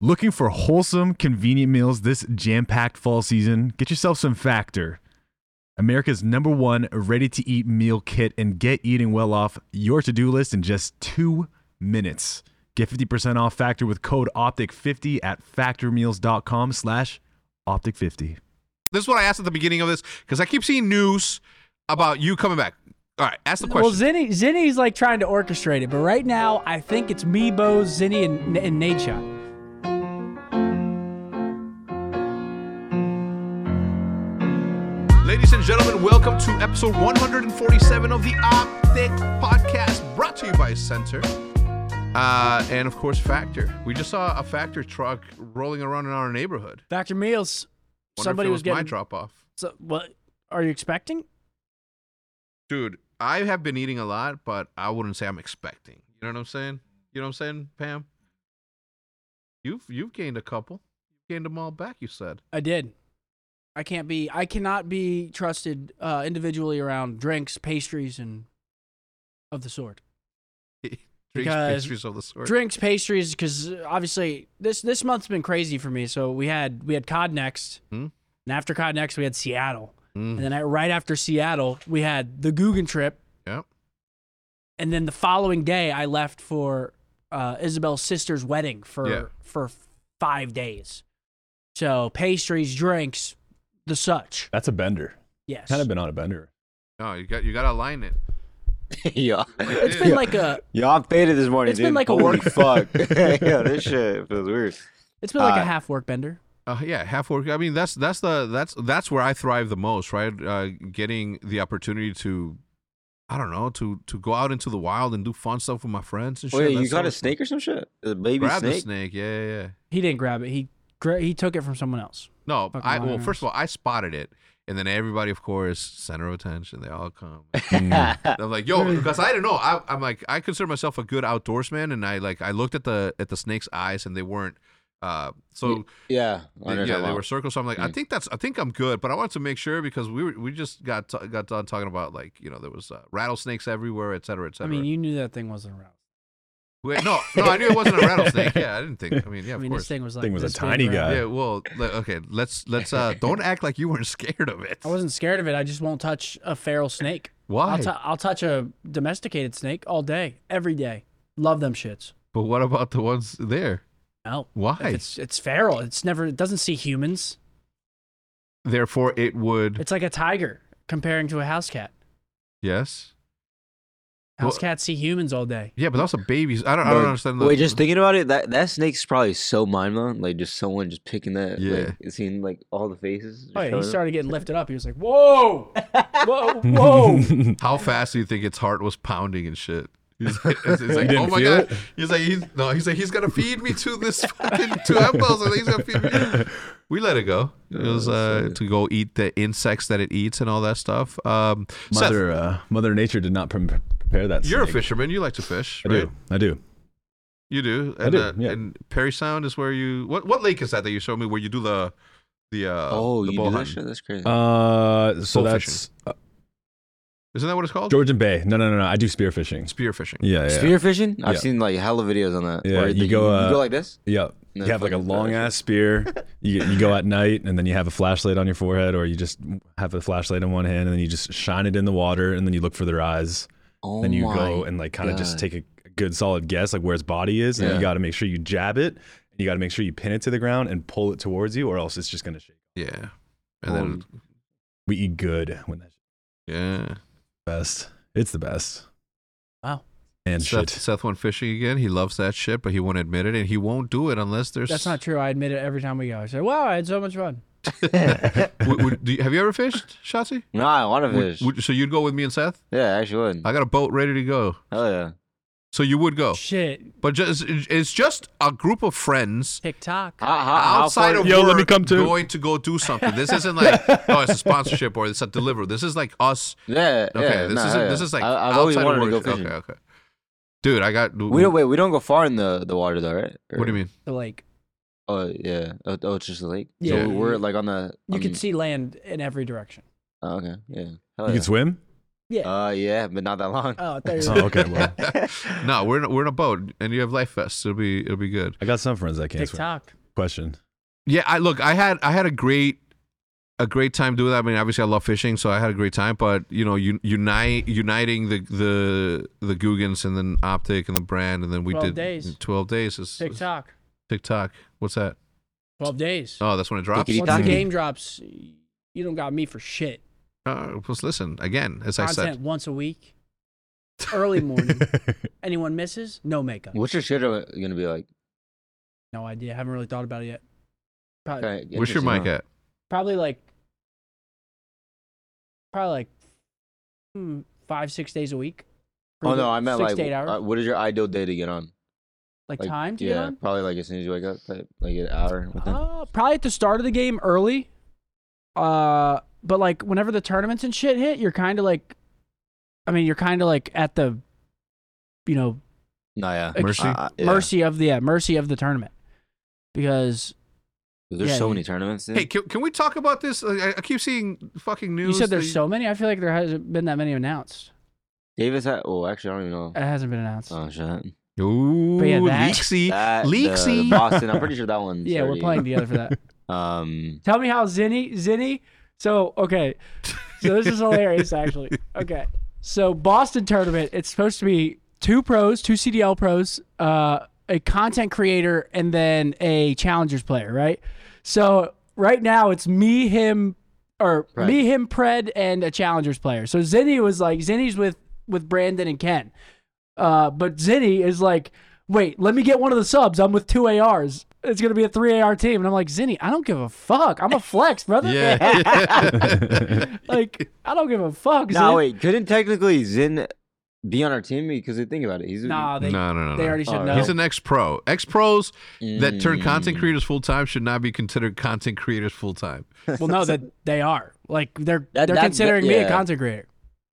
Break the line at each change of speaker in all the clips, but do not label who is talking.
Looking for wholesome, convenient meals this jam packed fall season? Get yourself some Factor, America's number one ready to eat meal kit, and get eating well off your to do list in just two minutes. Get 50% off Factor with code OPTIC50 at factormeals.com slash OPTIC50.
This is what I asked at the beginning of this because I keep seeing news about you coming back. All right, ask the question.
Well, Zinni, Zinni's like trying to orchestrate it, but right now I think it's Meebo, Zinni, and, and Nate Shot.
Ladies and gentlemen, welcome to episode 147 of the Optic Podcast, brought to you by Center. Uh, and of course, Factor. We just saw a Factor truck rolling around in our neighborhood.
Dr. Meals,
Wonder
somebody
if it
was,
was, my
getting.
drop off.
So, what are you expecting?
Dude, I have been eating a lot, but I wouldn't say I'm expecting. You know what I'm saying? You know what I'm saying, Pam? You've you've gained a couple. You gained them all back, you said.
I did. I can't be. I cannot be trusted uh, individually around drinks, pastries, and of the sort.
Drinks,
Because
pastries of the sort.
Drinks, pastries, because obviously this this month's been crazy for me. So we had we had Cod next,
Hmm.
and after Cod next we had Seattle,
Mm,
and then I, right after Seattle we had the Guggen trip,
yep.
and then the following day I left for uh, Isabel's sister's wedding for
Yeah.
for five days. So pastries, drinks, the such.
That's a bender.
Yes,
Kind of been on a bender.
No, Oh, you got you got to align it.
yeah.
it's been like a
Yo, I'm faded this morning.
It's been
dude.
like a
Holy
work-
fuck. Yo, this shit feels weird.
It's been like a
Uh,
half work bender.
Uh, yeah, half work. I mean, that's that's the that's that's where I thrive the most, right? Uh, getting the opportunity to, I don't know, to to go out into the wild and do fun stuff with my friends and shit.
Wait,
That's
Oh, you got a
always-
snake or some shit? A baby
Grab the
snake?
snake. Yeah, yeah. yeah.
He didn't grab it. He gra- he took it from someone else.
No,
Fucking
I well,
liars.
first of all, I spotted it, and then everybody, of course, center of attention. They all come.
Mm.
Mm. And I'm like, yo, because I don't know. I, I'm like, I consider myself a good outdoorsman, and I like, I looked at the at the snake's eyes, and they weren't. Uh, so
Yeah. I
They-
know
yeah,
that
they
one.
were circles. So I'm like, I
Mm.
think that's, I think I'm good, but I wanted to make sure because we were, we just got t- got done talking about like you know there was uh, rattlesnakes everywhere, et cetera, et
I
cetera.
mean, you knew that thing wasn't around.
Wait, no, no, I knew it wasn't a rattlesnake. Yeah, I didn't think. I mean, yeah,
I
of
mean, this
course.
thing was like
Thing was a
this big
tiny
around.
guy.
yeah, well, le- okay, let's let's uh, don't act like you weren't scared of it.
I wasn't scared of it. I just won't touch a feral snake.
Why?
I'll, t- I'll touch a domesticated snake all day, every day. Love them shits.
but what about the ones there?
No. If
Why?
It's it's feral. It's never. It doesn't see humans.
Therefore, it would.
It's like a tiger comparing to a house cat.
yes.
House
Well-
cats see humans all day.
Yeah, but that's a baby's. I don't. I don't
But-
understand. The,
Wait, just thinking about it, that that snake's probably so mind blown. Like just someone just picking that.
Yeah.
Like, seeing like all the faces.
Oh yeah, he
showing up.
started getting lifted up. He was like, "Whoa, whoa, whoa!"
How fast do you think its heart was pounding and shit? He's like, he's like,
didn't
oh my
feel
god. He's like, he's no. He's like, he's gonna feed me to this fucking two apples, and he's gonna feed me. We let it go. It was uh, to go eat the insects that it eats and all that stuff. Um, Seth,
Mother, uh, Mother Nature did not pre- prepare that.
you're a
snake.
fisherman. You like to fish,
I
right?
do. I do.
You do. And,
I do,
Uh,
yeah.
And Perry Sound is where you. What what lake is that that you showed me where you do the the uh
Oh,
the
you
bow
do that
hunting?
shit? That's crazy.
Uh, so
Bull
that's uh,
Isn't that what it's called?
Georgian Bay. No, no, no, no. I do spear fishing.
Spear fishing.
Yeah, yeah,
Spear fishing? I've
Yeah.
seen like hella videos on that.
Yeah,
where
you
the-
go,
you
uh,
go like this.
yeah.
No,
you have like a
fucking
long
fast.
ass spear. You, you go at night, and then you have a flashlight on your forehead, or you just have a flashlight in one hand, and then you just shine it in the water, and then you look for their eyes.
Oh
then you
my
go and like kind of just
God.
take a good solid guess like where its body is, and
Yeah.
you got to make sure you jab it, and you got to make sure you pin it to the ground and pull it towards you, or else it's just gonna shake.
Yeah. And then
Oh.
We eat good when that's
yeah.
the best. It's the best.
Wow.
And shit.
Seth, Seth went fishing again. He loves that shit, but he won't admit it, and he won't do it unless there's.
That's not true. I admit it every time we go. I say, "Wow, I had so much fun."
Would- would- do you- have you ever fished, Shotzi?
No, I want to
Would-
fish.
would- so you'd go with me and Seth?
yeah, I actually would.
I got a boat ready to go.
Hell yeah.
So you would go,
Shit,
but just it's just a group of friends
TikTok.
How, how, Uh, how
outside
far-
of
Yo,
work
let me come too.
going to go do something. This isn't like oh, it's a sponsorship or it's a deliver. This is like us.
Yeah,
Okay,
yeah.
this
nah,
is
hell yeah.
this is like
I, I've always
outside
wanted
of
to go
work.
fishing.
okay, okay. Dude, I got.
We don't wait. We don't go far in the, the water though, right?
What do you mean?
The lake.
Oh yeah. Oh, oh it's just a lake.
Yeah.
So we're like on the.
You
on-
could see land in every direction.
Oh, okay. Yeah.
You
Hell yeah.
can swim?
Yeah.
Uh, yeah, but not that long.
oh, I thought you were-
Oh, okay. Well,
no, we're in, we're in a boat, and you have life vests. It'll be it'll be good.
I got some friends that can't swim.
TikTok.
Question.
Yeah, I look. I had I had a great a great time doing that. I mean, obviously, I love fishing, so I had a great time. But you know, un, unite uniting the the the Googans and then Optic and the brand, and then we
12
did
days.
twelve days. Is,
TikTok.
TikTok. What's that?
12 days.
Oh, that's when it drops.
Tickety
Once the
Tickety-tocky.
game drops, you don't got me for shit.
Uh, just listen again, as I
Content
said.
once a week, early morning. Anyone misses? No makeup.
What's your shit are gonna be like?
No idea. Haven't really thought about it yet. Probably,
Okay,
Where's your
interesting,
mic
huh?
at?
probably like, probably like hmm, five, six days a week.
Oh
For the
no, I meant
six
like,
to eight hours.
uh, what is your ideal day to get on?
like,
like,
time to
yeah,
get on.
probably like as soon as you wake up, type, like an hour. Within.
Uh, probably at the start of the game early. Uh, but like whenever the tournaments and shit hit, you're kind of like, I mean, you're kind of like at the, you know,
no, yeah,
Ex-
Mercy?
Uh, yeah.
mercy of the yeah, mercy of the tournament, because
Dude, There's
yeah,
so
you-
many tournaments. dude.
Hey, can, can we talk about this? Like, I, I keep seeing fucking news.
you said
that
there's so many. I feel like there hasn't been that many announced.
Davis. Had, oh, actually, I don't even know.
It hasn't been announced.
Oh shit.
Ooh,
But yeah, that-
leaksy,
That, the-
leaksy.
the Boston. I'm pretty sure that one.
yeah, we're playing together for that.
Um,
Tell me how Zinni Zinni. So okay, so this is hilarious actually. Okay, so Boston tournament. It's supposed to be two pros, two CDL pros, uh, a content creator, and then a challengers player. Right. So right now it's me, him, or
Right.
me, him, Pred, and a challengers player. So Zinni was like Zinni's with with Brandon and Ken. Uh, but Zinni is like, wait, let me get one of the subs. I'm with two ARs. It's gonna be a three AR team, and I'm like, Zinni, I don't give a fuck. I'm a flex, brother.
yeah.
like I don't give a fuck.
no,
Zin-
wait. Couldn't technically Zin be on our team because they think about it. He's
Nah,
no,
they
no, no, no.
they already said
All
no.
right.
He's an ex pro. Ex pros that turn
Mm.
Hmm.
content creators full time should not be considered content creators full time.
well, no, that they are. Like they're
That-
they're
that-
considering me a
yeah.
content creator,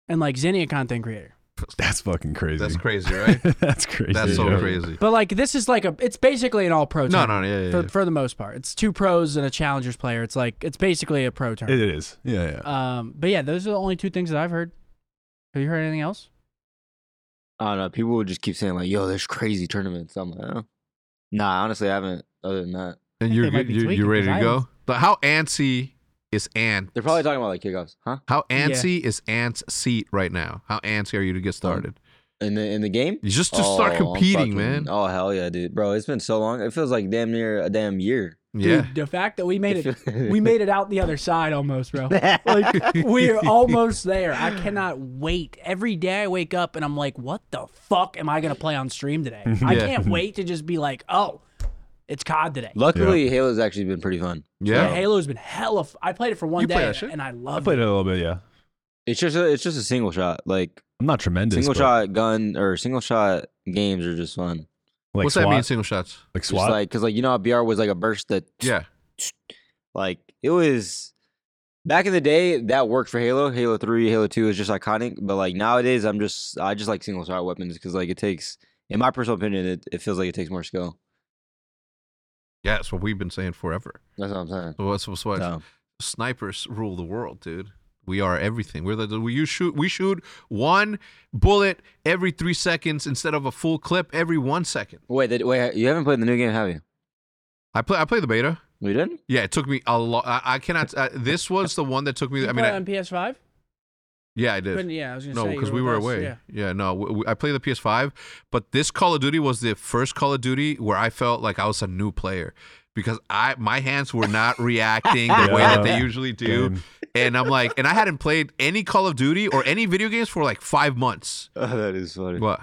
and like Zinni a content creator.
That's fucking crazy.
That's crazy, right?
That's crazy.
That's so
yo.
crazy.
But like this is like a it's basically an all pro.
No, no, no, yeah, yeah,
for,
yeah.
for the most part, it's two pros and a challengers player. It's like it's basically a pro
It
tournament.
is. Yeah, yeah.
Um, but yeah, those are the only two things that I've heard. Have you heard anything else?
I don't know. People would just keep saying like, "Yo, there's crazy tournaments." I'm like, oh. "Nah, honestly, I haven't." Other than that,
And
think
you're
they might
good-
be
you're,
tweaking,
you're ready
'cause
to
I
go. But how antsy is Ant?
they're probably talking about like kickoffs, huh?
How
Yeah.
antsy is Ant's seat right now? How antsy are you to get started?
In the in the game.
Just to start
Oh, I'm
competing,
fucking-
man.
Oh hell yeah, dude, bro! It's been so long. It feels like damn near a damn year.
yeah.
Dude, the fact that we made it,
feel-
we made it out the other side almost, bro. Like we're almost there. I cannot wait. Every day I wake up and I'm like, what the fuck am I gonna play on stream today? I
Yeah.
can't wait to just be like, oh, it's COD today.
Luckily, Halo's actually been pretty fun.
Yeah,
Yeah.
Halo's been hella. F- I played it for one
You play
day
that shit?
and I
I
love
played
it.
it a little bit. Yeah,
It's just a, it's just a single shot, like
I'm not tremendous.
single
but,
shot gun or single shot games are just fun.
Like
What's
SWAT,
that mean? Single shots.
Like
Just
SWAT.
like because like you know how BR was like a burst that
Yeah.
like it was back in the day that worked for Halo. Halo Three, Halo Two is just iconic, but like nowadays I'm just I just like single shot weapons because like it takes, in my personal opinion, it, it feels like it takes more skill.
Yeah, that's what we've been saying forever.
That's what I'm saying.
So What's what's what?
So,
snipers rule the world, dude. We are everything. We're the we you shoot we shoot one bullet every three seconds instead of a full clip every one second.
wait, that, wait, you haven't played the new game, have you?
I play I play the beta.
We did.
Yeah, it took me a lot. I, I cannot. I, this was the one that took me.
You
I mean,
play it
I,
on PS5.
yeah, I did.
Couldn't- yeah, I was gonna
No,
say you
because we
with
were
us,
away.
yeah.
Yeah, no, we, we- I played the PS5, but this Call of Duty was the first Call of Duty where I felt like I was a new player because I my hands were not reacting the way that they
Yeah.
usually do,
Damn.
and I'm like, and I hadn't played any Call of Duty or any video games for like five months.
Oh, that is funny.
What?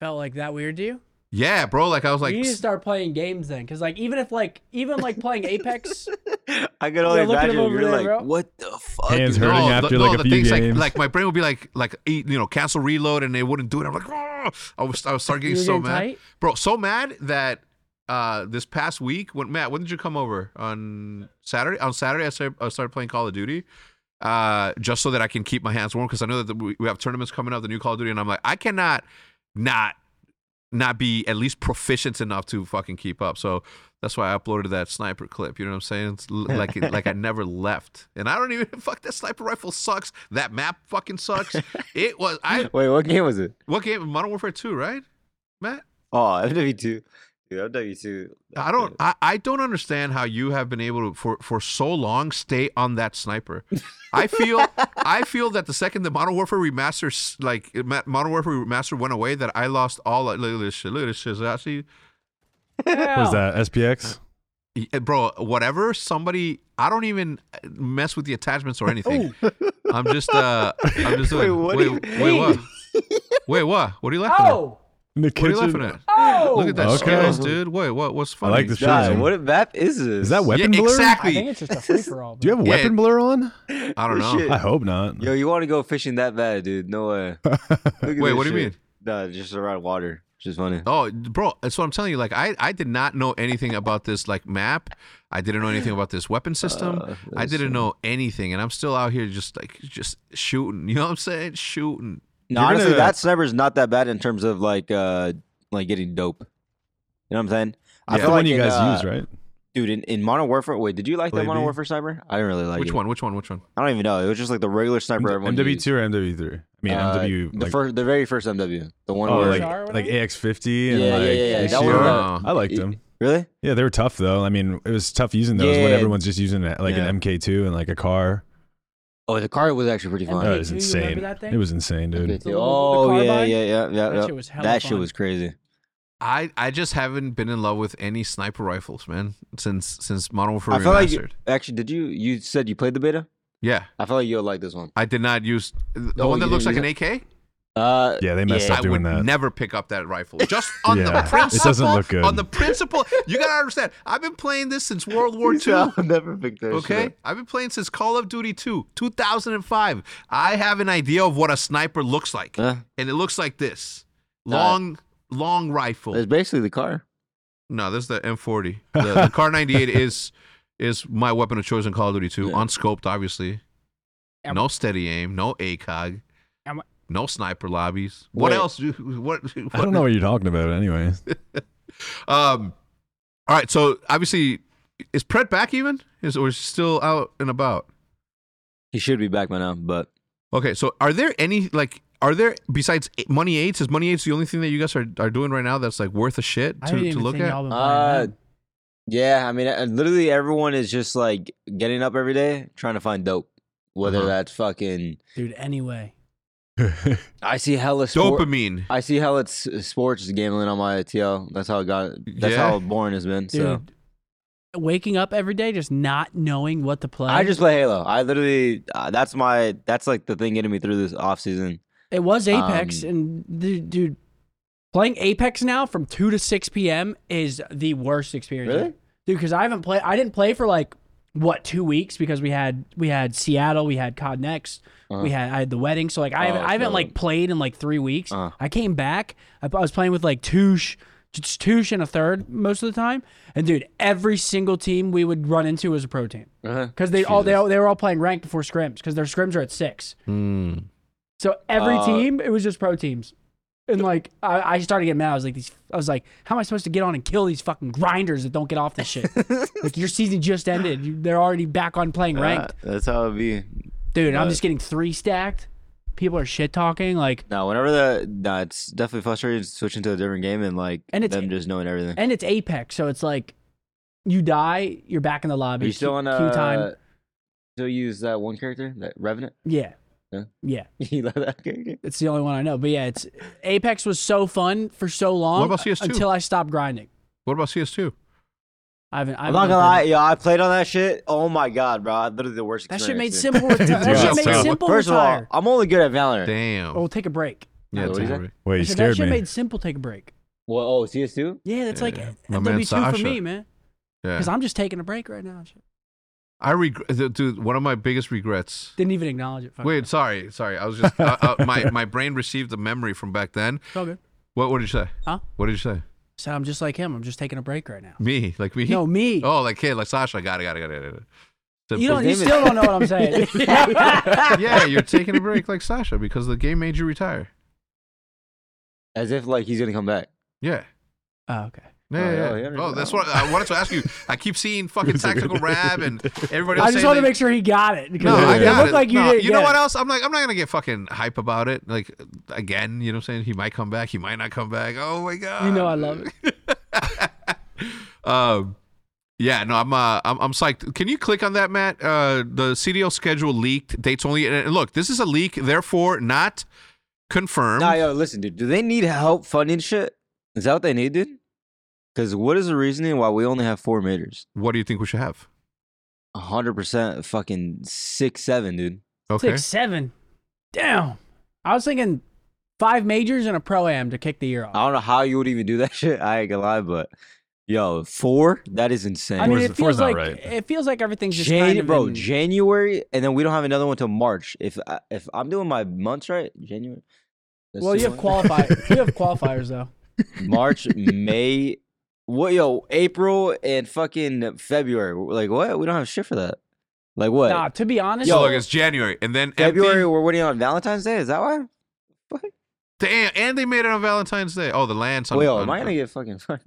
Felt like that weird to you?
Yeah, bro. Like I was like,
you need to start playing games then, because like even if like even like playing Apex,
I could
Yeah,
only
look at him
imagine
over
you're
there,
like,
bro.
what the fuck?
Hands
is
no,
hurting
going
the-
on?"
after
no,
like a
the
few
things like
games.
like my brain would be like like eat, you know cancel reload and it wouldn't do it. I'm like, "Argh!" I was I was start
you
getting
were
so
getting
mad.
tight.
Bro, so mad that uh this past week when Matt, when did you come over? On Saturday? On Saturday I started, I started playing Call of Duty. Uh just so that I can keep my hands warm because I know that the, we we have tournaments coming up, the new Call of Duty, and I'm like, I cannot not not be at least proficient enough to fucking keep up. So That's why I uploaded that sniper clip. You know what I'm saying? It's l- like it- like I never left, and I don't even fuck that sniper rifle sucks. That map fucking sucks. It was I
Wait, what game was it?
what game? Modern Warfare Two, right? Matt,
Oh, FW2. Dude, FW2.
I don't I, I don't understand how you have been able to for for so long stay on that sniper. I feel I feel that the second the Modern Warfare remaster s- like Ma- Modern Warfare remaster went away, that I lost all like, look at this shit, look at this shit. Actually,
What was that SPX?
Eh, bro whatever somebody i don't even eh, mess with the attachments or anything i'm just uh i'm just
Oh. Wait,
doing,
what do
wait,
you
wait what wait what what are you laughing
Oh,
In the
at what are you
kitchen.
laughing at
oh.
look at that
Okay.
skills dude wait what what's funny
like this
God,
Sure.
what map is this?
Is that
yeah,
weapon blur?
I think
exactly
it's just a free for all.
Do you have
Yeah.
weapon blur on?
i don't
This
know
shit-
I hope not.
Yo, you want to go fishing that bad, dude? No way.
Wait, what do you mean?
Nah, just around water. Just funny.
oh bro that's what i'm telling you like i i did not know anything about this like map i didn't know anything about this weapon system
Uh,
i
that's-
didn't know anything and i'm still out here just like just shooting you know what i'm saying shooting
No,
You're
honestly,
gonna-
that sniper's not that bad in terms of like uh like getting dope. You know what I'm saying? I
Yeah.
That's the one you
in,
guys
uh,
use, right?
Dude, in, in Modern Warfare, wait, did you like that Modern
Lady?
Warfare sniper? I didn't really like
which
it.
one which one which one
I don't even know. It was just like the regular sniper everyone
MW
used.
two or MW three? I mean
Uh,
MW
the
like,
first, the very first MW, the one
oh,
where
like,
or whatever?
like AX fifty
yeah,
and
yeah,
like
yeah, yeah, that
ACR.
one.
sure.
was-
Oh.
I liked them.
Really?
Yeah, they were tough though. I mean, it was tough using those when
Yeah.
everyone's just using it like
Yeah.
an MK2 and like a car.
Oh, the car was actually pretty fun.
That was
MK2, you
insane.
remember that thing?
It was insane, dude.
Okay,
The little- the
Oh yeah,
carbine?
yeah, yeah, yeah.
That
yeah.
shit was hella
That shit
fun.
was crazy.
I, I just haven't been in love with any sniper rifles, man, since since Modern Warfare
I feel like you,
Remastered.
actually, did you you said you played the beta?
yeah,
I feel like you'll like this one.
I did not use the
Oh,
one that
you
looks like an
didn't
AK.
Uh,
Yeah, they messed
Yeah.
up
I would
doing that.
never pick up that rifle. Just on
Yeah, it
the
doesn't
principle.
look good.
On the principle, you gotta understand. I've been playing this since World War II.
I'll never pick that. shit up.
Okay, I've been playing since Call of Duty 2, 2005. I have an idea of what a sniper looks like,
Huh?
and it looks like this:
No.
long, long rifle.
It's basically the car.
No, this is the M40. The, the Car 98 is is my weapon of choice in Call of Duty 2.
Yeah.
Unscoped, obviously.
Am-
no steady aim. No ACOG.
Am-
no sniper lobbies. What
Wait.
else? do- What, what?
I don't know what you're talking about, anyway.
Um. All right. So obviously, is Pred back even? Is or is he still out and about?
He should be back by now, but
Okay. So are there any like? Are there besides Money Eights? Is Money Eights the only thing that you guys are, are doing right now that's like worth a shit
I
to,
didn't
to
even
look
think
at?
y'all been
Uh,
playing
yeah, I mean, uh, literally everyone is just like getting up every day trying to find dope. Whether
Uh-huh.
that's
that.
fucking,
dude. Anyway,
I see hella sport.
Dopamine.
I see how it's sports gambling on my TL. That's how it got. That's
Yeah.
how boring it's been.
dude,
So
waking up every day just not knowing what to play.
I just play Halo. I literally. Uh, that's my. That's like the thing getting me through this off season.
It was Apex,
Um,
and dude, dude, playing Apex now from two to six p.m. is the worst experience,
Really?
ever. dude. Because I haven't played. I didn't play for like what two weeks because we had we had Seattle, we had COD Next,
Uh-huh.
we had I had the wedding. So like I haven't,
Oh,
I haven't
so-
like played in like three weeks.
Uh.
I came back. I, I was playing with like Touche. Just Touche and a third most of the time, and dude, every single team we would run into was a pro team
Uh-huh.
because they all they, all they were all playing ranked before scrims because their scrims are at six.
Mm.
So every
Hmm. Uh,
team, it was just pro teams. And like I, I started getting mad. I was like, these I was like, how am I supposed to get on and kill these fucking grinders that don't get off this shit? like your season just ended. You, they're already back on playing ranked.
Uh, that's how it be.
Dude, and I'm
uh,
just getting three stacked. People are shit talking, like
No, whenever the no, it's definitely frustrating switching to a different game and like
And it's-
them just knowing everything.
and it's Apex, so it's like you die, you're back in the lobby.
Are you still
Q-
on
Q
uh,
time?
Still use that one character, that Revenant.
Yeah.
Yeah.
Yeah.
you love that character.
It's the only one I know. But yeah, it's Apex was so fun for so long
about CS2?
until I stopped grinding.
What about CS2?
I haven't I
I'm
haven't
not
played-
gonna lie, yo, I played on that shit. Oh my god, bro, literally the worst.
That shit made
experience, dude.
simple
Dude,
retire. that shit made
so-
simple
First of all,
retire.
I'm only good at Valorant.
Damn.
Oh, take a break.
yeah,
what
it's
is that?
over.
Wait, you
I said, that
scared
shit
me.
made simple take a break.
Well, oh, CS2.
Yeah, that's like
Yeah. My man
MW two for
Sasha.
me, man.
yeah.
Because I'm just taking a break right now. Shit.
I regret, dude. One of my biggest regrets.
Didn't even acknowledge it. Fuck.
Wait, sorry, sorry. I was just uh, uh, my my brain received a memory from back then.
It's all good.
What what did you say?
Huh?
What did you say?
So I'm just like him. I'm just taking a break right now.
Me, like me?
No, me.
Oh, like kid, like Sasha. Got it, got it, got it. Got it. The-
you don't. You
name is-
still don't know what I'm saying.
yeah, you're taking a break like Sasha because the game made you retire.
As if like he's gonna come back.
Yeah.
oh, okay.
Oh, yeah,
Yeah, yeah.
yeah,
yeah.
no
Oh, that's
problem.
what I wanted to ask you. I keep seeing fucking tactical rab and everybody.
I
else
just
saying
wanted to
they-
make sure he got it because
No, I
it
got
looked
it.
like you
No,
didn't.
you know
get
what
it.
else? I'm like, I'm not gonna get fucking hype about it. Like again, you know what I'm saying? He might come back. He might not come back. Oh my god.
You know I love it.
Um, yeah, no, I'm uh, I'm, I'm psyched. Can you click on that, Matt? Uh, the CDL schedule leaked. Dates only. And and look, this is a leak, therefore not confirmed.
Nah, yo, listen, dude. Do they need help funding shit? Is that what they need, dude? Because what is the reasoning why we only have four meters?
What do you think we should have?
hundred percent, fucking six seven, dude.
Okay.
Six seven. Damn. I was thinking five majors and a pro am to kick the year
Oh,
I
off.
don't know how you would even do that shit. I ain't gonna lie, but yo, four. That is insane.
I mean,
Four's- four's
it feels
not
like
right.
it feels like everything's just
Jan-
kind of
bro,
in-
January, and then we don't have another one till March. If I, if I'm doing my months right, January. that's
Well,
the
you have
one.
qualifiers. you have qualifiers though.
March, May, what yo, April and fucking February. Like what? We don't have shit for that. Like what?
Nah, to be honest,
so
Yo.
look, it's January, and then
February,
Empty,
we're waiting on Valentine's Day. Is that why?
damn, and they made it on Valentine's Day. Oh, the Lance. On,
Wait, yo,
on-
am I gonna get fucking fucked?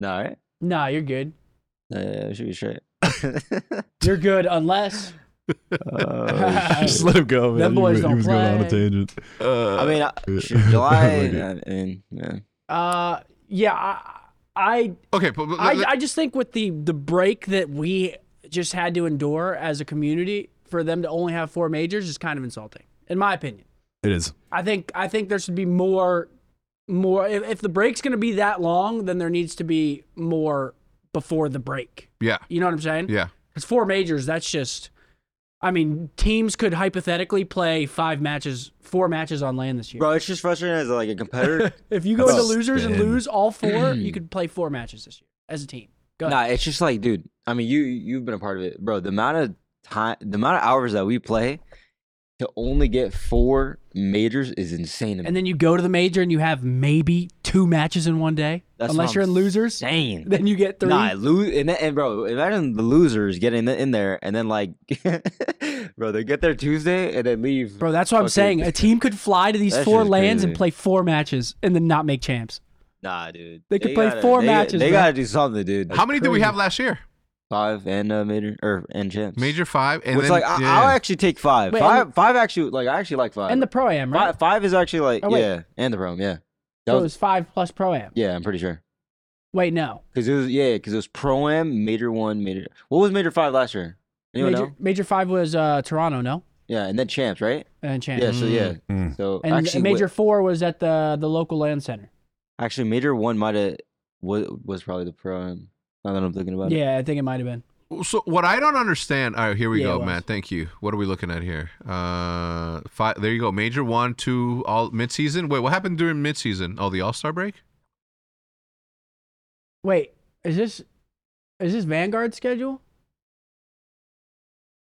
Nah, right?
nah, you're good.
Yeah, yeah, it should be straight.
You're good unless Oh,
Just let him go, man.
Them
You
boys
were-
don't
he was going on a
play.
tangent.
Uh,
I mean, I,
yeah.
shoot, July.
Okay.
I mean, yeah.
uh yeah, I I
okay, but, but-
I, I just think with the the break that we just had to endure as a community for them to only have four majors is kind of insulting, in my opinion.
It is.
I think I think there should be more more if, if the break's going to be that long, then there needs to be more before the break.
yeah,
You know what I'm saying?
yeah,
It's four majors. That's just I mean, teams could hypothetically play five matches, four matches on land this year.
bro, it's just frustrating as like a competitor.
If you go
That's
into losers and
spin.
lose all four,
Mm.
you could play four matches this year as a team. Go
Nah,
ahead.
it's just like, dude. I mean, you you've been a part of it, bro. The amount of time, the amount of hours that we play to only get four majors is insane. To me.
And then you go to the major and you have maybe two matches in one day,
That's
unless
what
you're in
I'm
losers.
Insane.
Then you get three.
Nah, lose and, that- and bro, imagine the losers getting in there and then like, bro, they get there Tuesday and then leave.
Bro, that's what I'm
Fucking-
saying. A team could fly to these
That
four
shit's
lands and
crazy.
play four matches and then not make champs.
Nah, dude,
They could play
gotta-
four
they-
matches,
They
bro.
gotta do something, dude.
How many did we
crazy.
have last year?
Five and uh, major or and champs.
Major five, and
Which
then
like I,
yeah.
I'll actually take five.
Wait,
five,
and
five actually like I actually like five.
And the pro am, right?
five, five is actually like
Oh, wait.
yeah, and the Rome, yeah, that
So it
was-
was five plus pro am.
yeah. I'm pretty sure
Wait, no.
because it was yeah because it was pro am major one major. What was major five last year? Anyone
Major,
know?
major five was uh, Toronto, no?
Yeah, and then champs, right?
And champs.
Yeah, so yeah,
Mm-hmm.
Mm.
so
and
actually
major
wa-
four was at the the local land center.
actually major one might have was, was probably the pro am. Now that I'm thinking about it,
Yeah, I think it might have been.
So what I don't understand. All right, here we
Yeah, it
go,
was.
Matt. Thank you. What are we looking at here? Uh, five. There you go. Major one, two, all midseason. Wait, what happened during midseason? Oh, the All Star break.
Wait, is this is this Vanguard schedule?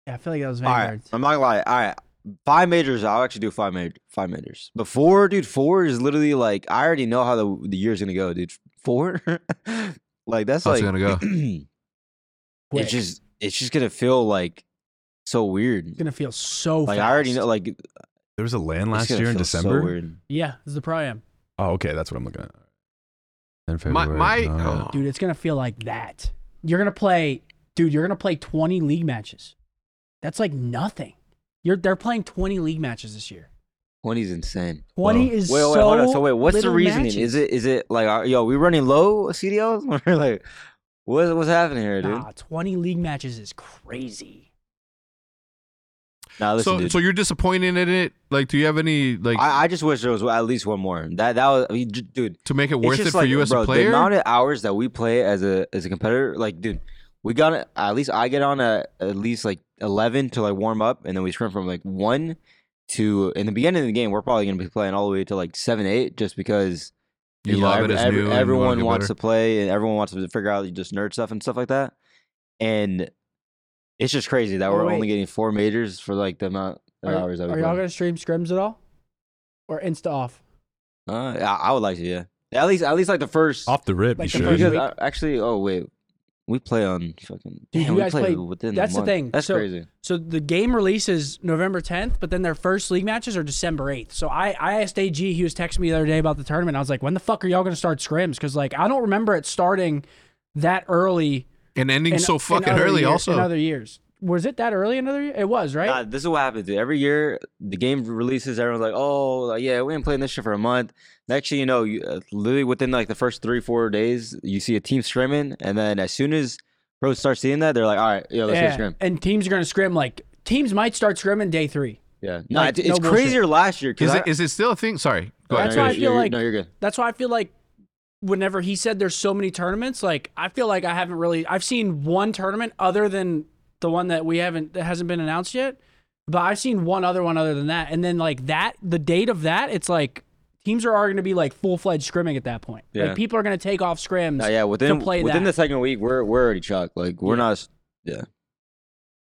Yeah, I feel like that was
all right.
Vanguard.
I'm not gonna lie. All right, five majors. I'll actually do five major five majors. But four, dude, four is literally like I already know how the the year's gonna go, dude. Four, like that's
How's
like
it gonna
go.
Quick.
It's just it's just gonna feel like so weird.
It's gonna feel so
Like
fast.
I already know. Like it's
There was a land last
gonna
year in
feel so
December.
weird.
Yeah, this is the pro am.
oh, okay, that's what I'm looking at. In
My
February.
my.
no, yeah.
Oh,
Dude, it's gonna feel like that. You're gonna play dude, you're gonna play twenty league matches. That's like nothing. You're they're playing twenty league matches this year.
Twenty's insane.
Twenty
Whoa.
is
wait, wait,
so
hold on. So wait, what's the
little
reasoning?
matches.
Is it is it like are, yo, we running low CDLs? We're like, what, what's happening here, dude?
Nah, twenty league matches is crazy.
Nah, listen,
so
dude.
so you're disappointed in it? Like, do you have any like
I, I just wish there was at least one more. That that was, I mean, j- dude.
to make it
it's
worth it
just
for
like,
you as
bro,
a player?
The amount of hours that we play as a as a competitor, like, dude, we got to at least I get on at at least like eleven to like warm up, and then we sprint from like one to in the beginning of the game. We're probably gonna be playing all the way to like seven eight, just because
you, love
every-
it as
every-
new. and you wanna
everyone
get
wants
better.
to play, and everyone wants to figure out just nerd stuff and stuff like that. And it's just crazy that
Oh,
we're
wait.
only getting four majors for like the amount of
Are,
hours Oh, that we
are
play.
y'all gonna stream scrims at all? Or insta off?
Uh, I, I would like to, yeah. At least, at least like the first.
Off the rip,
Like
you
the first
should.
because I, actually, oh wait, We play on fucking.
Dude,
damn,
you
we
guys
play
play-
within.
that's the
month.
thing.
That's
So-
crazy.
So the game releases November 10th, but then their first league matches are December 8th. So I, I asked AG, he was texting me the other day about the tournament. I was like, when the fuck are y'all going to start scrims? Because, like, I don't remember it starting that early.
and ending
in-
so
in
fucking
other
early.
year- In
also,
other years. Was it that early another year? It was, right?
Nah, this is what happens. dude. Every year, the game releases. Everyone's like, "Oh, like, yeah, we ain't playing this shit for a month." Next, thing you know, you, uh, literally within like the first three, four days, you see a team scrimming, and then as soon as pros start seeing that, they're like, "All right, yeah, let's go
yeah.
scrim."
And teams are going to scrim. Like, teams might start scrimming day three.
Yeah, no,
Like,
it- it's
no
crazier last year. 'cause
is
I-
it is it still a thing? Sorry, go
Oh,
ahead.
That's
no,
why I
you're-
feel
you're-
like-
no, you're good.
That's why I feel like whenever he said there's so many tournaments, like I feel like I haven't really I've seen one tournament other than the one that we haven't that hasn't been announced yet. But I've seen one other one other than that. And then like that the date of that, it's like teams are, are gonna be like full fledged scrimming at that point.
Yeah.
Like people are gonna take off scrims.
No, yeah, within
play
within
that.
the second week, we're we're already chalked. Like we're not, yeah,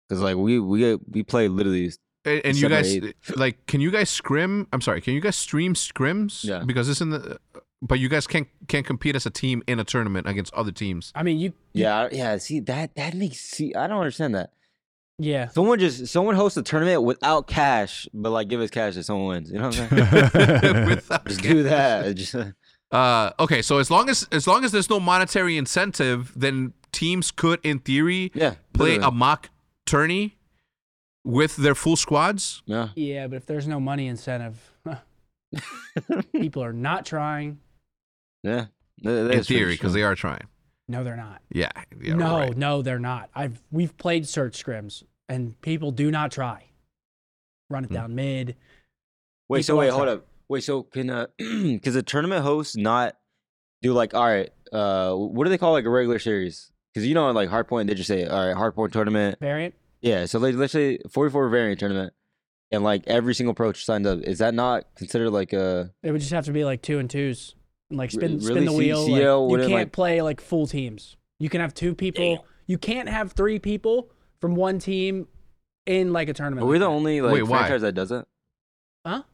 because like we we we play literally.
And, and you
December
guys, like, can you guys scrim? I'm sorry, can you guys stream scrims?
Yeah.
Because this in the, but you guys can't can't compete as a team in a tournament against other teams.
I mean you
Yeah, I- yeah. See that that makes see. I don't understand that.
yeah.
Someone just someone hosts a tournament without cash, but like give us cash if someone wins. You know what I'm saying?
Without
just do that. Just,
Uh, okay, so as long as as long as there's no monetary incentive, then teams could, in theory,
yeah,
play a
literally.
mock tourney with their full squads.
yeah.
Yeah, but if there's no money incentive, people are not trying.
Yeah. That- that
in
is pretty
theory, because
strong.
they are trying.
No, they're not.
Yeah. yeah
no,
right.
no, they're not. I've we've played search scrims and people do not try. Run it
Hmm.
down mid.
wait. So
people
wait,
are
hold
trying.
up. Wait. So can uh, because the tournament hosts not do like all right? Uh, what do they call like a regular series? Because you know, like hardpoint, they just say all right, hardpoint tournament.
Variant.
Yeah, so like let's say 44 variant tournament, and like every single pro signed up. Is that not considered like a?
It would just have to be like two and twos. And like spin
Re-
spin
really?
the
C-
wheel. like,
CL
you
wouldn't,
can't
like-
play like full teams. You can have two people. You can't have three people from one team in like a tournament.
Are we
like
the
that.
only like
Wait, why?
franchise that does it?
I
Huh?
Just
don't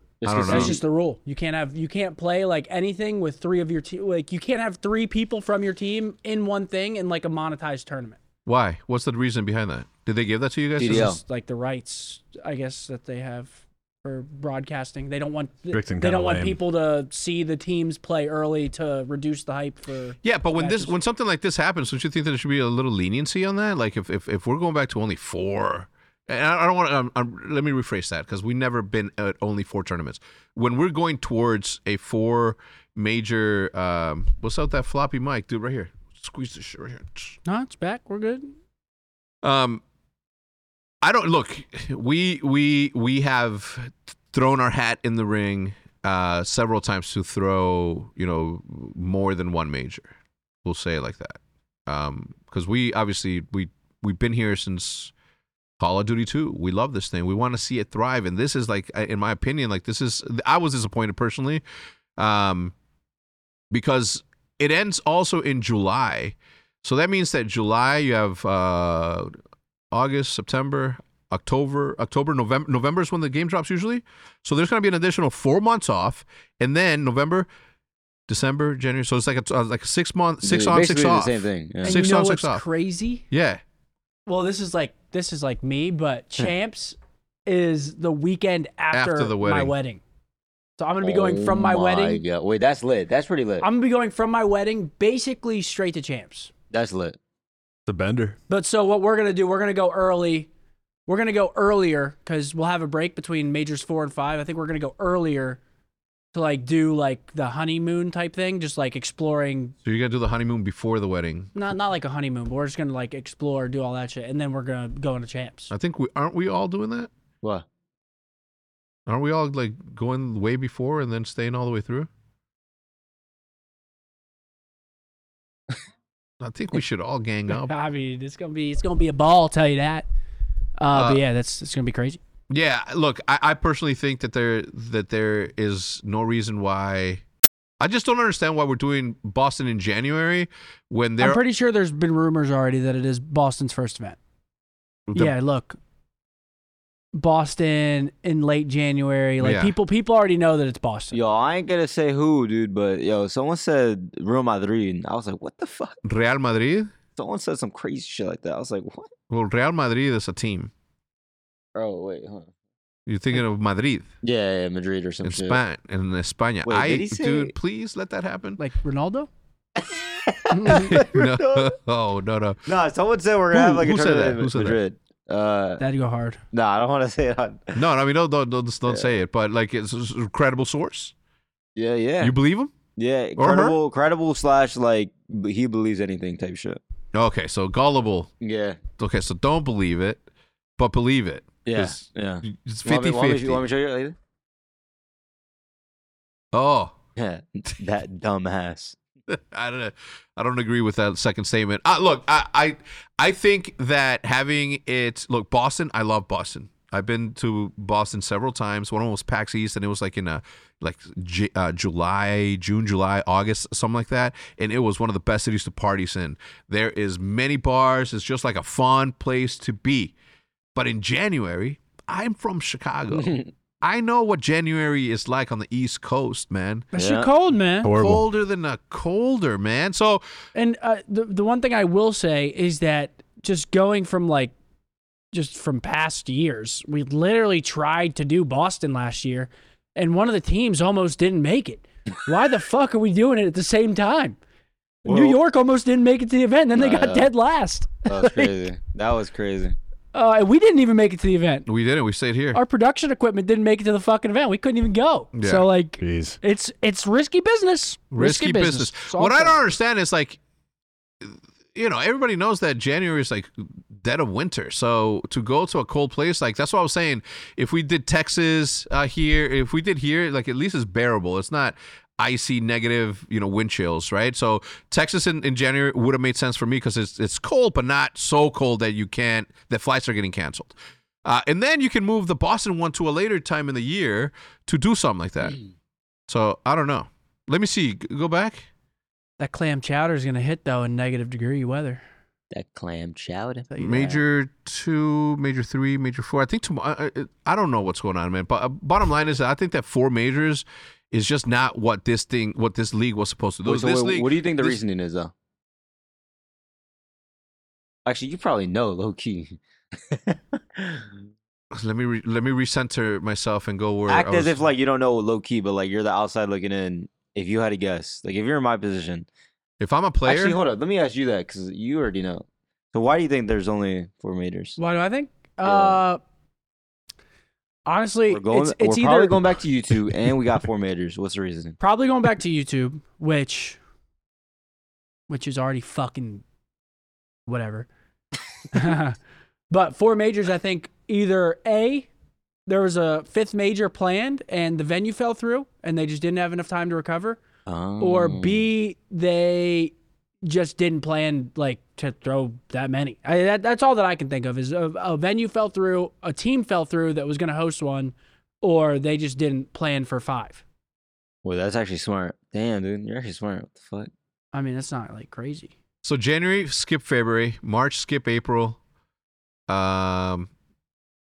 because
know.
That's
you-
just the rule. You can't have you can't play like anything with three of your team. Like you can't have three people from your team in one thing in like a monetized tournament.
Why? What's the reason behind that? Did they give that to you guys?
DDL.
Is
Yeah.
it-
just like the rights, I guess, that they have for broadcasting. They don't want
Strict
they
and
don't
kinda
want
lame.
people to see the teams play early to reduce the hype for.
Yeah, but when this
Matches.
when something like this happens, don't you think there should be a little leniency on that? Like if if, if we're going back to only four, and I I don't want to. Um, um, let me rephrase that because we've never been at only four tournaments. When we're going towards a four major, um, what's up that floppy mic, dude? Right here, squeeze this shit right here.
No, it's back. We're good.
Um, I don't look. We we we have thrown our hat in the ring uh, several times to throw you know more than one major. We'll say it like that. Um, because we obviously we we've been here since Call of Duty 2. We love this thing. We want to see it thrive, and this is like, in my opinion, like this is. I was disappointed personally, um, because it ends also in July. So that means that July you have uh, August, September, October, October, November. November is when the game drops usually. So there's going to be an additional four months off, and then November, December, January. So it's like a uh, like a six month, six
Dude,
on,
basically
six
the
off.
Same thing. Yeah.
And
Six
you know
on, six
what's
off.
crazy?
Yeah.
Well, this is like this is like me, but champs is the weekend after,
After the
my
wedding.
wedding. So I'm gonna be
Oh
going from my, wedding.
God. Wait, that's lit. That's pretty lit.
I'm gonna be going from my wedding basically straight to champs.
that's lit.
The bender.
But so what we're gonna do? We're gonna go early. We're gonna go earlier because we'll have a break between majors four and five. I think we're gonna go earlier to like do like the honeymoon type thing, just like exploring.
So you're gonna do the honeymoon before the wedding.
Not not like a honeymoon, but we're just gonna like explore, do all that shit, and then we're gonna go into champs.
I think we aren't we all doing that.
What?
Aren't we all like going way before and then staying all the way through? I think we should all gang up.
I mean, it's gonna be it's gonna be a ball. I'll tell you that. Uh,
Uh,
but yeah, that's it's gonna be crazy.
Yeah, look, I, I personally think that there that there is no reason why. I just don't understand why we're doing Boston in January when
I'm
they're
pretty sure there's been rumors already that it is Boston's first event.
the-
yeah, look. Boston in late January. Like
Yeah.
people people already know that it's Boston.
Yo, I ain't gonna say who, dude, but yo, someone said Real Madrid. And I was like, what the fuck?
Real Madrid.
someone said some crazy shit like that. I was like, what?
Well, Real Madrid is a team.
Oh wait, hold on.
You're thinking of Madrid
Yeah, yeah, Madrid or some
in
shit.
Spain, in España.
Wait,
I,
did he say-
dude, please let that happen.
Like Ronaldo?
no, oh, no, no.
no, someone said we're gonna have
Who-
like a
who said
tournament
that?
in
Who said that?
Madrid. Uh,
That'd go hard.
no, I don't want to say it. On,
No, I mean, don't, don't, don't, just don't
Yeah.
say it. But like, it's it's a credible source.
yeah, yeah,
You believe him?
yeah.
Or her?
Credible, credible slash like b- he believes anything type shit.
Okay, so gullible.
Yeah,
Okay, so don't believe it, but believe it.
yeah,
'Cause
yeah.
It's
Want
50
me, want, me,
50.
want me to show you it later?
Oh,
Yeah, that dumbass.
I don't know. I don't agree with that second statement. Uh, look, I, I I think that having it look Boston, I love Boston. I've been to Boston several times. One of them was PAX East, and it was like in a like J- uh, July, June, July, August, something like that. And it was one of the best cities to parties in. There is many bars. It's just like a fun place to be. But in January, I'm from Chicago. I know what January is like on the East Coast, man.
That
Yeah.
shit cold, man.
Horrible.
Colder than a colder, man. So
And uh, the the one thing I will say is that just going from like just from past years, we literally tried to do Boston last year, and one of the teams almost didn't make it. Why the fuck are we doing it at the same time? New
Well-
York almost didn't make it to the event, then they
Nah,
got
yeah.
dead last.
That was crazy. That was crazy.
Uh, and we didn't even make it to the event.
We didn't. We stayed here.
Our production equipment didn't make it to the fucking event. We couldn't even go.
Yeah.
So like,
Jeez.
it's it's risky business.
Risky, business.
It's all
What I
good.
don't understand is like, you know, everybody knows that January is like dead of winter. So to go to a cold place, like that's what I was saying. If we did Texas uh, here, if we did here, like at least it's bearable. It's not icy negative, you know, wind chills, right? So Texas in, in January would have made sense for me because it's it's cold, but not so cold that you can't that flights are getting canceled. Uh, and then you can move the Boston one to a later time in the year to do something like that. So I don't know. Let me see. G- Go back.
That clam chowder is gonna hit though in negative degree weather.
That clam chowder.
So, yeah.
Major two, major three, major four. I think tomorrow. I, I don't know what's going on, man. But uh, bottom line is, that I think that four majors is just not what this thing, what this league was supposed to do.
Wait, so
this
wait,
league,
what do you think the
this-
reasoning is though? Actually, you probably know low key.
Let me re, let me recenter myself and go where. I
Act as
was-
if like you don't know low key, but like you're the outside looking in. If you had to guess, like if you're in my position,
if I'm a player.
actually, hold up. Let me ask you that because you already know. So why do you think there's only four meters?
Why do I think?
Yeah.
Uh, honestly,
We're going.
it's, it's
we're
either
probably going back to YouTube, and we got four meters. What's the reasoning?
probably going back to YouTube, which, which is already fucking, whatever. but four majors, I think either a, there was a fifth major planned and the venue fell through and they just didn't have enough time to recover, or
Um,
b they just didn't plan like to throw that many. I, that, that's all that I can think of is a, a venue fell through, a team fell through that was going to host one, or they just didn't plan for five.
Well, that's actually smart. Damn, dude, you're actually smart. What the fuck?
I mean, that's not like crazy.
So January skip February, March skip April, um,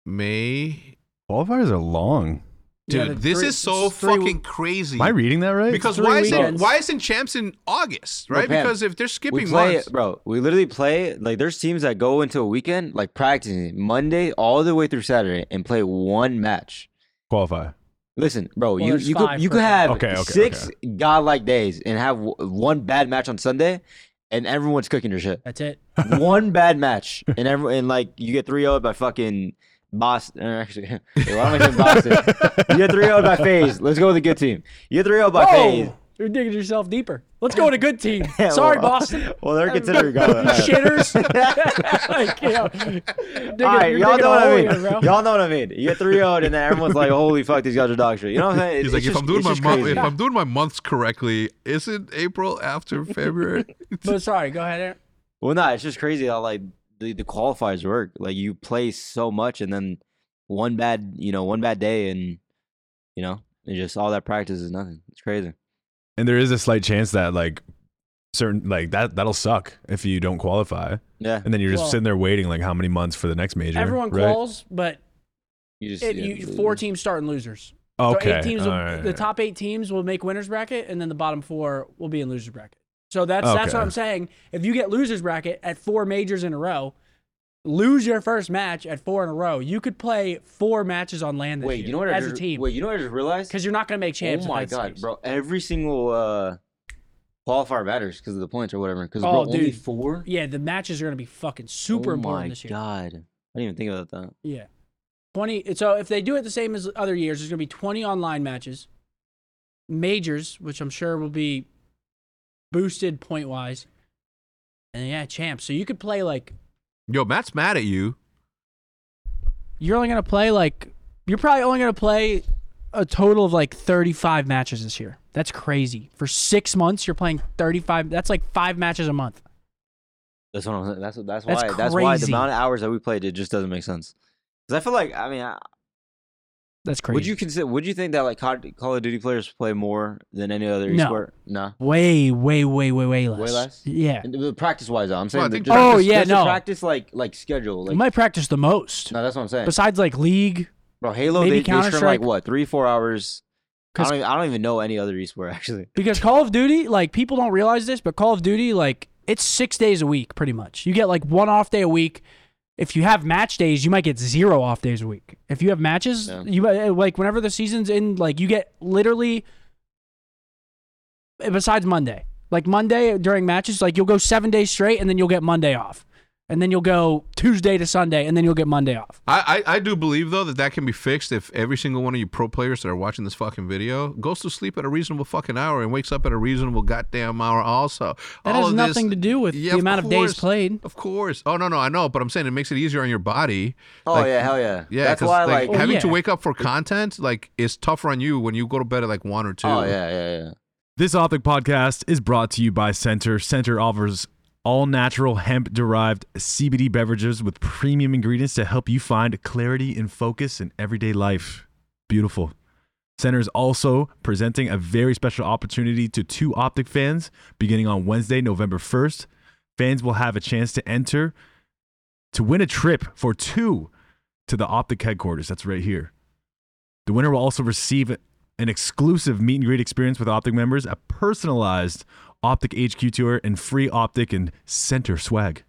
May.
Qualifiers are long.
Dude,
Yeah, the
this
three-
is so
it's three
fucking
w-
crazy.
Am I reading that right?
because
Three
why is it
weekends.
why isn't champs in August,
Well,
right?
Pam,
because if they're
We
skipping
play,
months,
bro. We literally play like there's teams that go into a weekend like practicing Monday all the way through Saturday and play one match.
qualify.
Listen, bro,
Well,
you
there's
you
five
could you
per
could have
Okay, okay,
six godlike days and have w- one bad match on Sunday, and everyone's cooking your shit.
That's it.
one bad match and every and like you get 3 0 by fucking Boston. Or actually, wait, why am I saying Boston? you get 3 0 by Phase. Let's go with a good team. You get 3 0 by Phase.
Oh! You're digging yourself deeper. Let's go with a good team.
Yeah,
Sorry,
well,
Boston.
Well, they're considering
You
going. All
shitters. like, you know, digging,
right,
you're
y'all
digging
know
a
what I
hole
mean.
here, bro.
y'all know what I mean. You get 3 0 and then everyone's like, holy fuck, these guys are dog shit. You know what I'm saying?
He's
It's
like, if
just-
I'm doing
it's
my
just
month,
crazy.
if I'm doing my months correctly, isn't April after February?
But sorry, go ahead. Aaron.
Well, no, it's just crazy how like the, the qualifiers work. Like you play so much, and then one bad, you know, one bad day, and you know, and just all that practice is nothing. It's crazy.
And there is a slight chance that like certain like that that'll suck if you don't qualify.
Yeah,
And then you're just
Well-
sitting there waiting like how many months for the next major.
Everyone
right?
calls, but
you just
it,
yeah,
you,
the-
four teams start and losers. So
Okay.
eight teams will,
all right.
the top eight teams will make winners bracket, and then the bottom four will be in losers bracket. So that's that's what
Okay.
I'm saying. If you get losers bracket at four majors in a row, lose your first match at four in a row, you could play four matches on land this
Wait,
year
you know what? I
as
just,
a team
Wait, you know what I just realized?
because you're not going to make champs.
oh
if
my
that's the
god,
case.
bro! Every single uh, qualifier matters because of the points or whatever. Because
Oh,
only
dude.
four.
Yeah, the matches are going to be fucking super
oh
important
my
this year.
god! I didn't even think about that.
Yeah. 20 so if they do it the same as other years, there's going to be 20 online matches. Majors, which I'm sure will be boosted point wise. And yeah, champs. So you could play like
Yo, Matt's mad at you.
you're only going to play like you're probably only going to play a total of like 35 matches this year. That's crazy. For 6 months you're playing 35. That's like 5 matches a month.
That's what I'm. That's that's why.
That's
That's, why the
crazy.
amount of hours that we played it just doesn't make sense. Because I feel like I mean, I,
That's crazy.
would you consider? Would you think that like Cod- Call of Duty players play more than any other
No.
esport? No.
way way way way way less.
Way less?
Yeah.
Practice wise, though, I'm saying.
I
that
think
just-
practice- Oh, yeah,
just the
no.
Practice like like schedule.
You
Like,
might practice the most.
no, that's what I'm saying.
Besides like league
Bro, Halo
maybe
they, they stream like
Counter-Strike.
what three four hours. I
'Cause-
don't, even, I don't even know any other esport actually.
Because Call of Duty, like people don't realize this, but Call of Duty, like it's six days a week pretty much. You get like one off day a week. If you have match days, you might get zero off days a week. If you have matches,
Yeah.
you might- eh, like whenever the season's in, like you get literally. eh, Besides Monday, like Monday during matches, like you'll go seven days straight, and then you'll get Monday off, and then you'll go Tuesday to Sunday, and then you'll get Monday off.
I, I, I do believe though that that can be fixed if every single one of you pro players that are watching this fucking video goes to sleep at a reasonable fucking hour and wakes up at a reasonable goddamn hour also.
That
All
has
of this-
nothing to do with
Yeah,
the amount of days
course.
played.
Of course. Oh no no I know, but I'm saying it makes it easier on your body.
Oh
Like,
yeah, hell yeah.
Yeah,
that's
'cause,
why
like,
like.
Oh,
having to
yeah.
wake up for content like is tougher on you when you go to bed at like one or two.
Oh yeah, yeah, yeah.
This Authic podcast is brought to you by Center. Center offers all natural hemp derived CBD beverages with premium ingredients to help you find clarity and focus in everyday life. Beautiful. Center is also presenting a very special opportunity to two Optic fans beginning on Wednesday, November 1st. Fans will have a chance to enter to win a trip for two to the Optic headquarters. That's right here. The winner will also receive an exclusive meet and greet experience with Optic members, a personalized Optic HQ tour, and free Optic and Center swag.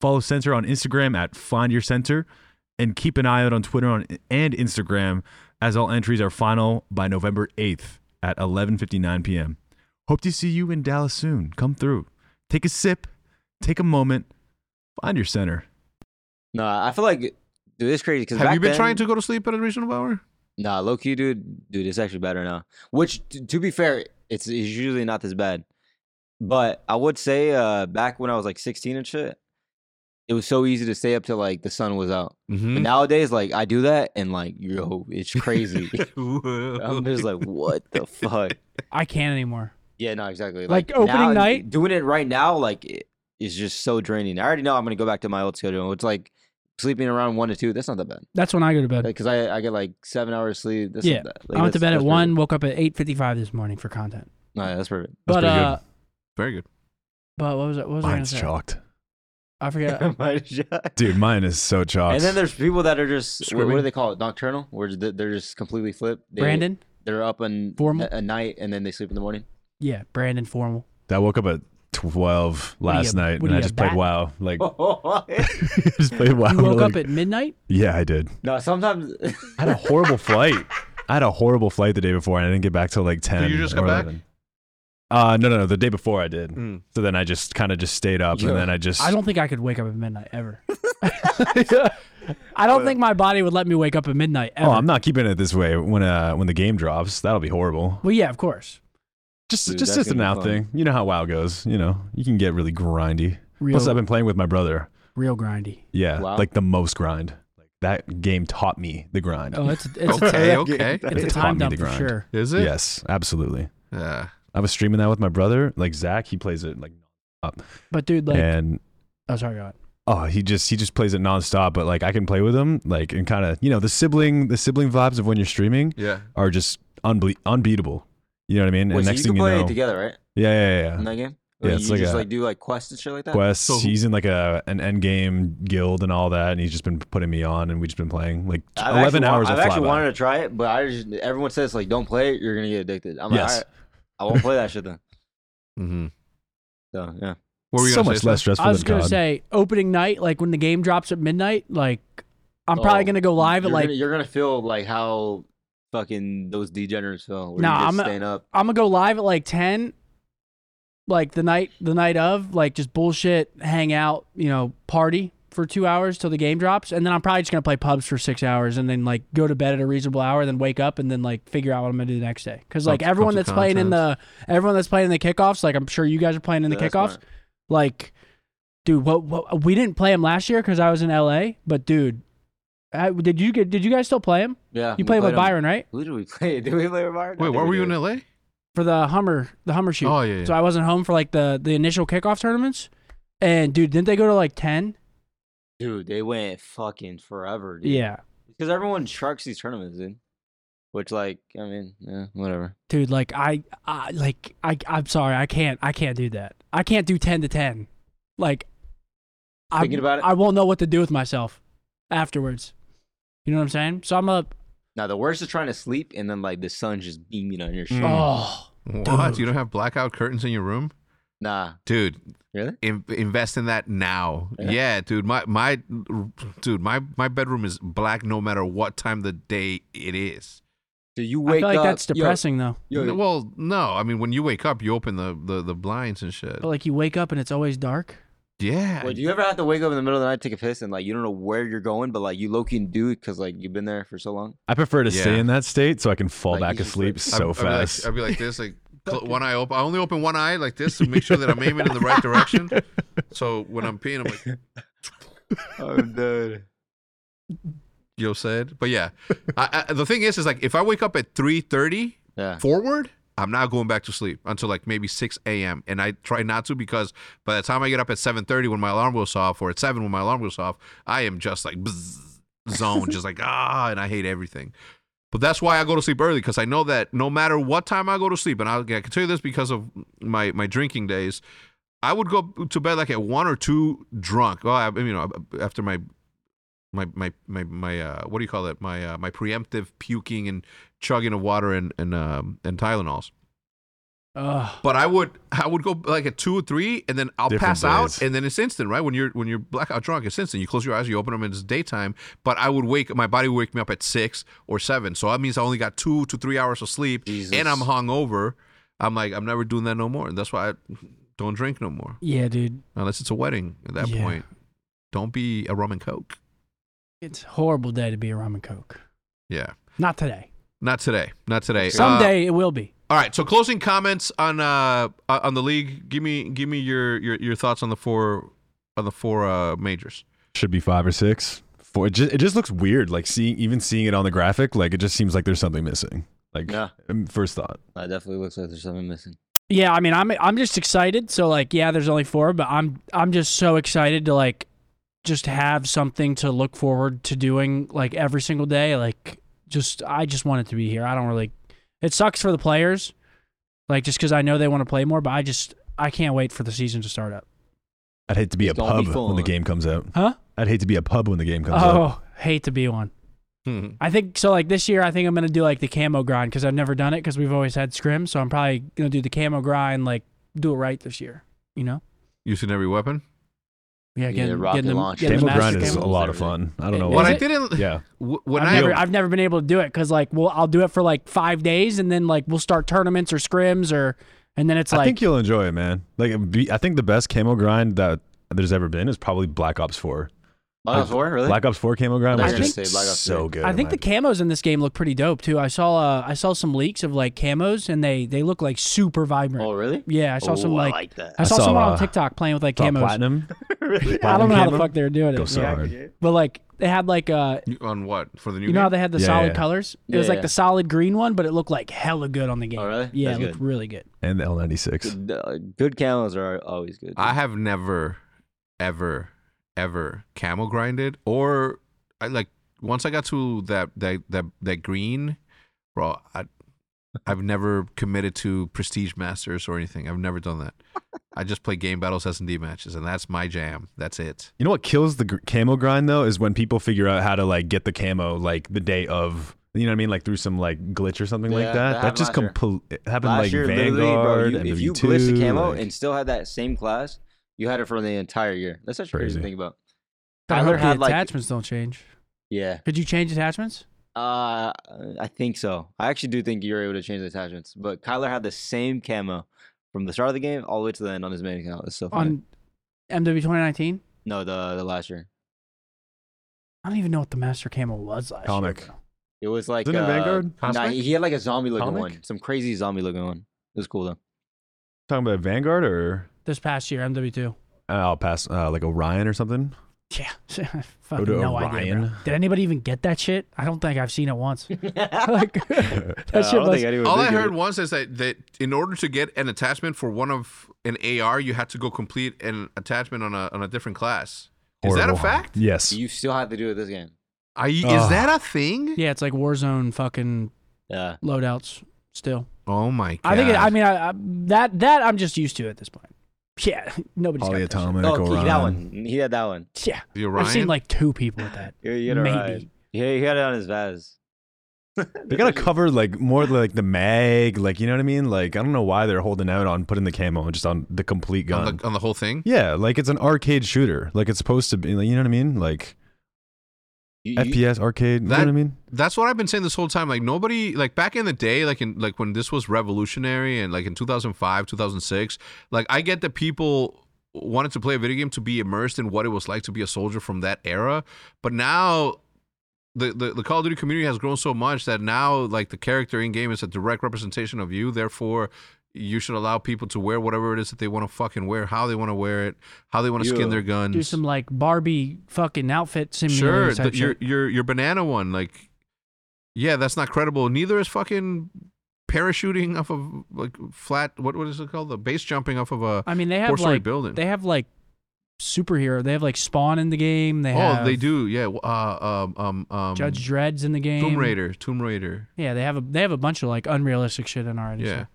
Follow Center on Instagram at Find Your Center and keep an eye out on Twitter on, and Instagram as all entries are final by November 8th at 11:59 p.m. Hope to see you in Dallas soon. Come through. Take a sip, take a moment, find your center.
No, I feel like dude, it's crazy because
Have you been trying to go to sleep at a reasonable hour?
Nah, low key, dude, dude, it's actually better now. Which, t- to be fair, it's, it's usually not this bad. But I would say, uh, back when I was like 16 and shit, it was so easy to stay up till like the sun was out. But
Mm-hmm.
nowadays, like I do that, and like yo, it's crazy. I'm just like, what the fuck?
I can't anymore.
Yeah, no, exactly.
Like, opening
now-
night?
doing it right now, like it is just so draining. I already know I'm gonna go back to my old schedule. It's like sleeping around one to two. That's not that bad
That's when I go to bed.
because I I get like seven hours sleep. That's
Yeah,
not that.
I went to bed
that's- that's
at
perfect.
one, woke up at eight fifty five this morning for content.
No, yeah, that's perfect.
That's
but
pretty good.
uh,
Very good.
but what was it? What was I gonna
Mine's
say?
chalked.
I forget.
My shot.
Dude, mine is so chalked.
And then there's people that are just what, what do
Squibbing.
they call it? Nocturnal, where th- they're just completely flipped. They,
Brandon.
they're up and
Formal?
at night and then they sleep in the morning.
Yeah, Brandon Formal.
I woke up at 12
do you-
last night
what
and
do
I
you, a
just
bat?
played WoW. Like,
no,
just played WoW.
You woke
like-
up at midnight.
yeah, I did.
sometimes
I had a horrible flight. I had a horrible flight the day before, and I didn't get back till like ten.
you just
or
got back?
11. Uh, no, no, no. The day before I did.
Mm.
So then I just kind of just stayed up,
Yeah.
and then I just
I don't think I could wake up at midnight ever. I don't think my body would let me wake up at midnight ever.
Oh, I'm not keeping it this way. When uh, when the game drops, that'll be horrible.
well, yeah, of course.
Just
Dude,
just
that's
just an
gonna be
out
fun.
thing. You know how WoW goes. You know you can get really grindy.
Real,
Plus, I've been playing with my brother.
real grindy.
Yeah,
Wow.
like the most grind. Like that game taught me the grind.
Oh, it's a, it's,
Okay,
Yeah.
okay.
a, it's a
It taught
time
me
dump
to
for
grind.
sure.
Is it?
yes, absolutely.
Yeah.
I was streaming that with my brother. Like Zach, he plays it like,
But dude, like,
and
oh sorry, go ahead.
oh he just he just plays it nonstop but like i can play with him like and kind of you know the sibling the sibling vibes of when you're streaming
Yeah.
are just unbe- unbeatable you know what i mean
Wait,
and
so
next
you
thing
can
you
play
know
it together, right?
yeah yeah yeah,
In
yeah.
that game?
Yeah,
Or you
it's like
just
a-
like do like quests and shit like that?
Wes,
So who-
he's in like a an end game guild and all that, and he's just been putting me on, and we've just been playing like t-
I've
eleven
actually wa-
hours.
I've
of
actually
flyby.
wanted to try it, but I just everyone says like don't play it, you're gonna get addicted. I'm like,
Yes.
"All right, I won't play that shit then.
Mm-hmm.
So yeah.
What were you
so
gonna
much
say,
less
Seth?
stressful
I was
than
gonna
COD.
say opening night, like when the game drops at midnight, like I'm
Oh,
probably gonna go live at
you're
like
gonna, you're gonna feel like how fucking those degenerates feel. Where
Nah,
you're just
I'm-
staying up.
I'm gonna go live at like ten, like the night the night of, like just bullshit, hang out, you know, party for two hours till the game drops, and then I'm probably just gonna play pubs for six hours, and then like go to bed at a reasonable hour, then wake up, and then like figure out what I'm gonna do the next day. Because like
Pubs-
everyone
pubs
that's
and
playing in the everyone that's playing in the kickoffs, like I'm sure you guys are playing in the
Yeah, that's
kickoffs,
smart.
like. Dude, what, what we didn't play him last year because I was in LA. But dude, I, did you get? Did you guys still play him?
Yeah.
You
we
played with
them.
Byron, right?
Who did we play? Did we play with Byron? I
Wait,
think
where
we
were you
did.
in LA?
for the Hummer, the Hummer shoot.
Oh yeah, yeah.
So I wasn't home for like the the initial kickoff tournaments. And dude, didn't they go to like ten?
Dude, they went fucking forever. Dude.
Yeah,
Because everyone sharks these tournaments, dude. Which, like, I mean, yeah, whatever.
dude. Like I, I like I. I'm sorry, I can't. I can't do that. I can't do ten to ten. Like, I
Thinking about it?
I won't know what to do with myself afterwards. You know what I'm saying? So I'm a
Now the worst is trying to sleep and then like the sun's just beaming on your shit.
oh
what?
Dude.
You don't have blackout curtains in your room,
Nah,
dude?
really?
in, invest in that now.
Yeah.
Yeah. dude. My my dude, my my bedroom is black no matter what time the day it is.
So you
I
wake
feel like
up.
that's
yo-
depressing though.
yo,
N- Well, no, I mean when you wake up, you open the the, the blinds and shit.
But like you wake up and it's always dark.
yeah.
Well, do you ever have to wake up in the middle of the night, take a piss, and like you don't know where you're going, but like you low key do it because like you've been there for so long?
I prefer to stay
Yeah.
in that state so I can fall
Like,
back
you just,
asleep
I'd-
like-
so
I'd be like-
fast.
I'd be like this, like cl- one eye open. I only open one eye like this to make sure that I'm aiming in the right direction. So when I'm peeing, I'm like,
I'm dead.
yo said. But yeah, I, I, the thing is, is like if I wake up at three thirty,
Yeah.
forward, I'm not going back to sleep until like maybe 6 a.m. And I try not to because by the time I get up at 7:30 when my alarm goes off, or at seven when my alarm goes off, I am just like bzz, zone, just like ah, and I hate everything. But that's why I go to sleep early because I know that no matter what time I go to sleep, and I, I can tell you this because of my my drinking days, I would go to bed like at one or two drunk. Well, I, you know, after my my my my my uh, what do you call it? My uh, my preemptive puking and chugging of water and and um, and Tylenols.
Ugh.
But I would I would go like at two or three, and then I'll
Different
pass out,
days.
and then it's instant, right? When you're when you're blackout drunk, it's instant. You close your eyes, you open them, and it's daytime. But I would wake my body would wake me up at six or seven, so that means I only got two to three hours of sleep,
Jesus.
and I'm hungover. I'm like I'm never doing that no more, and that's why I don't drink no more
Yeah, dude.
unless it's a wedding. At that
Yeah.
point, don't be a rum and coke.
It's a horrible day to be a rum and coke.
Yeah,
Not today.
Ah.
not today, not today. Uh,
Someday it will be.
All right. So closing comments on uh on the league. Give me give me your your, your thoughts on the four on the four uh majors.
Should be five or six. Four. It just, it just looks weird. Like seeing even seeing it on the graphic, like it just seems like there's something missing. Like
Yeah.
um, first thought.
That definitely looks like there's something missing.
Yeah, I mean, I'm I'm just excited. So like, yeah, there's only four, but I'm I'm just so excited to like just have something to look forward to doing like every single day. Like, just I just want it to be here. I don't really. It sucks for the players, like just because I know they want to play more, but I just I can't wait for the season to start up.
I'd hate to be
It's
a
gonna be
pub when the
fun.
game comes out.
Huh?
I'd hate to be a pub when the game comes
oh,
out.
hate to be one.
Hmm.
I think so. Like this year, I think I'm gonna do like the camo grind because I've never done it because we've always had scrim. So I'm probably gonna do the camo grind, like do it right this year. You know?
Using every weapon.
Yeah,
Yeah,
getting,
rocket
getting the,
launch.
getting the
Camo
master
grind is
camo.
a lot of fun. I don't know
Is
What
why.
I
it?
didn't.
Yeah.
w- When
I've
I
never, I've never been able to do it because like, well, I'll do it for like five days and then like we'll start tournaments or scrims or, and then it's
I
like,
think you'll enjoy it, man. Like it'd be, I think the best camo grind that there's ever been is probably Black Ops 4.
Black
Black-
Ops Four, really?
Black Ops 4 camo grind
I
was
was
just
gonna say Black Ops
so
3.
good.
I
in
think
my
the camos in this game look pretty dope too. I saw, uh, I saw some leaks of like camos and they, they look like super vibrant.
oh, really?
Yeah. I saw some
Oh,
like,
I like that.
I saw,
I saw,
someone
uh,
on TikTok playing with like
Top
camos.
platinum.
really?
I don't
platinum
know how the
camo?
fuck they were doing
Go
it,
so
yeah.
hard.
but like they had like, uh,
You- on what for the new
you know how
game?
they had the
Yeah,
solid
yeah.
colors? It was
Yeah,
like
yeah.
the solid green one, but it looked like hella good on the game.
Oh, really?
Yeah,
That's
it looked
good.
really good.
and the L96.
Good, uh, good camos are always good.
I have never, ever, ever camel grinded or I like once I got to that that that that green, bro. I I've never committed to prestige masters or anything. I've never done that. I just play game battles S and D matches, and that's my jam. That's it.
You know what kills the gr- camo grind though is when people figure out how to like get the camo like the day of You know what I mean? Like through some like glitch or something like
Yeah,
that.
that
That, just
happened last
complete happened
Last
like
year, literally, bro,
Vanguard,
you, if you
MW2,
glitched the camo
like-
and still had that same class, you had it for the entire year. That's such a crazy
Crazy.
thing about.
I
Tyler
hope
had,
the
like-
attachments don't change.
Yeah.
Could you change attachments?
Uh, I think so. I actually do think you're able to change the attachments. But Kyler had the same camo from the start of the game all the way to the end on his main account. It's so funny.
on MW 2019?
no, the the last year.
I don't even know what the master camo was last
Comic.
year. bro.
It was like
Isn't it
uh,
Vanguard?
Nah,
Cosmic?
he, he had like a zombie looking
Comic?
one. Some crazy zombie looking one. It was cool though.
talking about Vanguard or
This past year, MW2.
uh, I'll pass uh, like Orion or something.
Yeah, I fucking
to
no idea. bro.
Orion.
Did anybody even get that shit? I don't think I've seen it once. like, that
Uh, I
shit
don't
must.
think anyone
All I
did get
heard
it.
once is that, that in order to get an attachment for one of an AR, you had to go complete an attachment on a on a different class. Is that a
Horrible.
fact?
Yes.
You still have to do it this game.
I, is
Ugh.
that a thing?
yeah, it's like Warzone fucking
Yeah.
loadouts. Still,
Oh my god!
I think. It, I mean, I, I, that that I'm just used to at this point. Yeah, nobody's
All
got
the
that shit.
atomic
Oh,
Orion.
he- that one. He had that one.
Yeah,
the
I've seen
Orion?
like two people with that.
He, he had
Maybe.
Orion. Yeah, he had it on his Vaz.
They gotta cover like more like the mag, like you know what I mean. Like I don't know why they're holding out on putting the camo and just on the complete gun.
on the on the whole thing.
yeah, like it's an arcade shooter. Like it's supposed to be. Like, you know what I mean? Like
You- you-
FPS arcade. you know
That-
what I mean?
That's what I've been saying this whole time. Like nobody, like back in the day, like in like when this was revolutionary and like in 2005, 2006. Like I get that people wanted to play a video game to be immersed in what it was like to be a soldier from that era, but now. The, the, the Call of Duty community has grown so much that now like the character in game is a direct representation of you. Therefore, you should allow people to wear whatever it is that they want to fucking wear, how they want to wear it, how they want to skin
Yeah.
their guns.
Do some like Barbie fucking outfit simulator
Sure,
type
the, your
shit.
your your banana one, like, yeah, that's not credible. Neither is fucking parachuting off of like flat. What what is it called? The base jumping off of a
I mean, they
four
have
story
like
building.
they have like superhero. They have like Spawn in the game. They
oh,
have
they do. Yeah. w- Uh, um, um, um,
Judge Dredd's in the game.
Tomb Raider. Tomb Raider.
Yeah, they have a they have a bunch of like unrealistic shit in already.
Yeah.
so.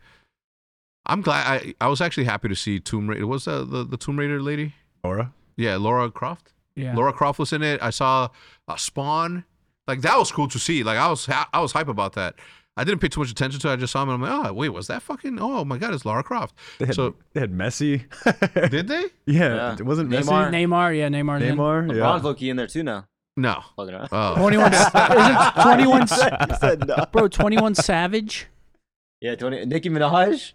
I'm glad. I I was actually happy to see Tomb Raider. Was the, the the Tomb Raider lady?
Aura.
Yeah, Laura Croft.
yeah.
Laura Croft was in it. I saw uh, Spawn. Like that was cool to see. Like I was ha- I was hype about that. I didn't pay too much attention to it. I just saw him and I'm like, oh wait, was that fucking oh my god, it's Laura Croft.
They had,
So-
they had Messi.
Did they?
yeah,
Yeah.
it wasn't
Neymar.
Messi.
Neymar, yeah, Neymar's in.
Neymar. Yeah.
LeBron's low key in there too now.
No.
Fucking around.
Oh.
21 isn't 21
He said no.
bro 21 savage
Yeah, Tony Nicki Minaj.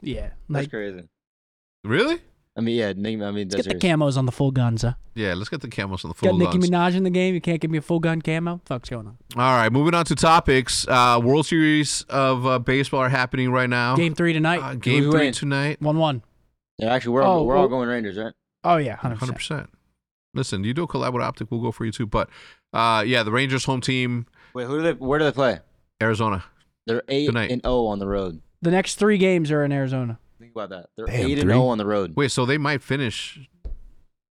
yeah
That's
like
crazy.
Really?
I mean, yeah, Nicki. I mean,
let's
that's
get the
serious.
camos on the full guns huh?
Yeah, let's get the camels on the full
got Nicki
guns.
Minaj in the game you can't give me a full gun camo fuck's going on
All right, moving on to topics. Uh, World Series of uh, baseball are happening right now.
game three tonight
uh, game
Who
three
wins?
tonight.
one one.
Yeah, actually, we're all,
Oh,
we're
well-
all going Rangers, right?
Oh yeah 100%,
100 percent Listen, you do a collab with Optic, we'll go for you too. But uh, yeah, the Rangers home team,
Wait, who do they? Where do they play?
Arizona.
They're eight
Tonight.
and zero on the road.
the next three games are in Arizona
Think about that. They're
Damn,
eight and
three?
zero on the road.
Wait, so they might finish.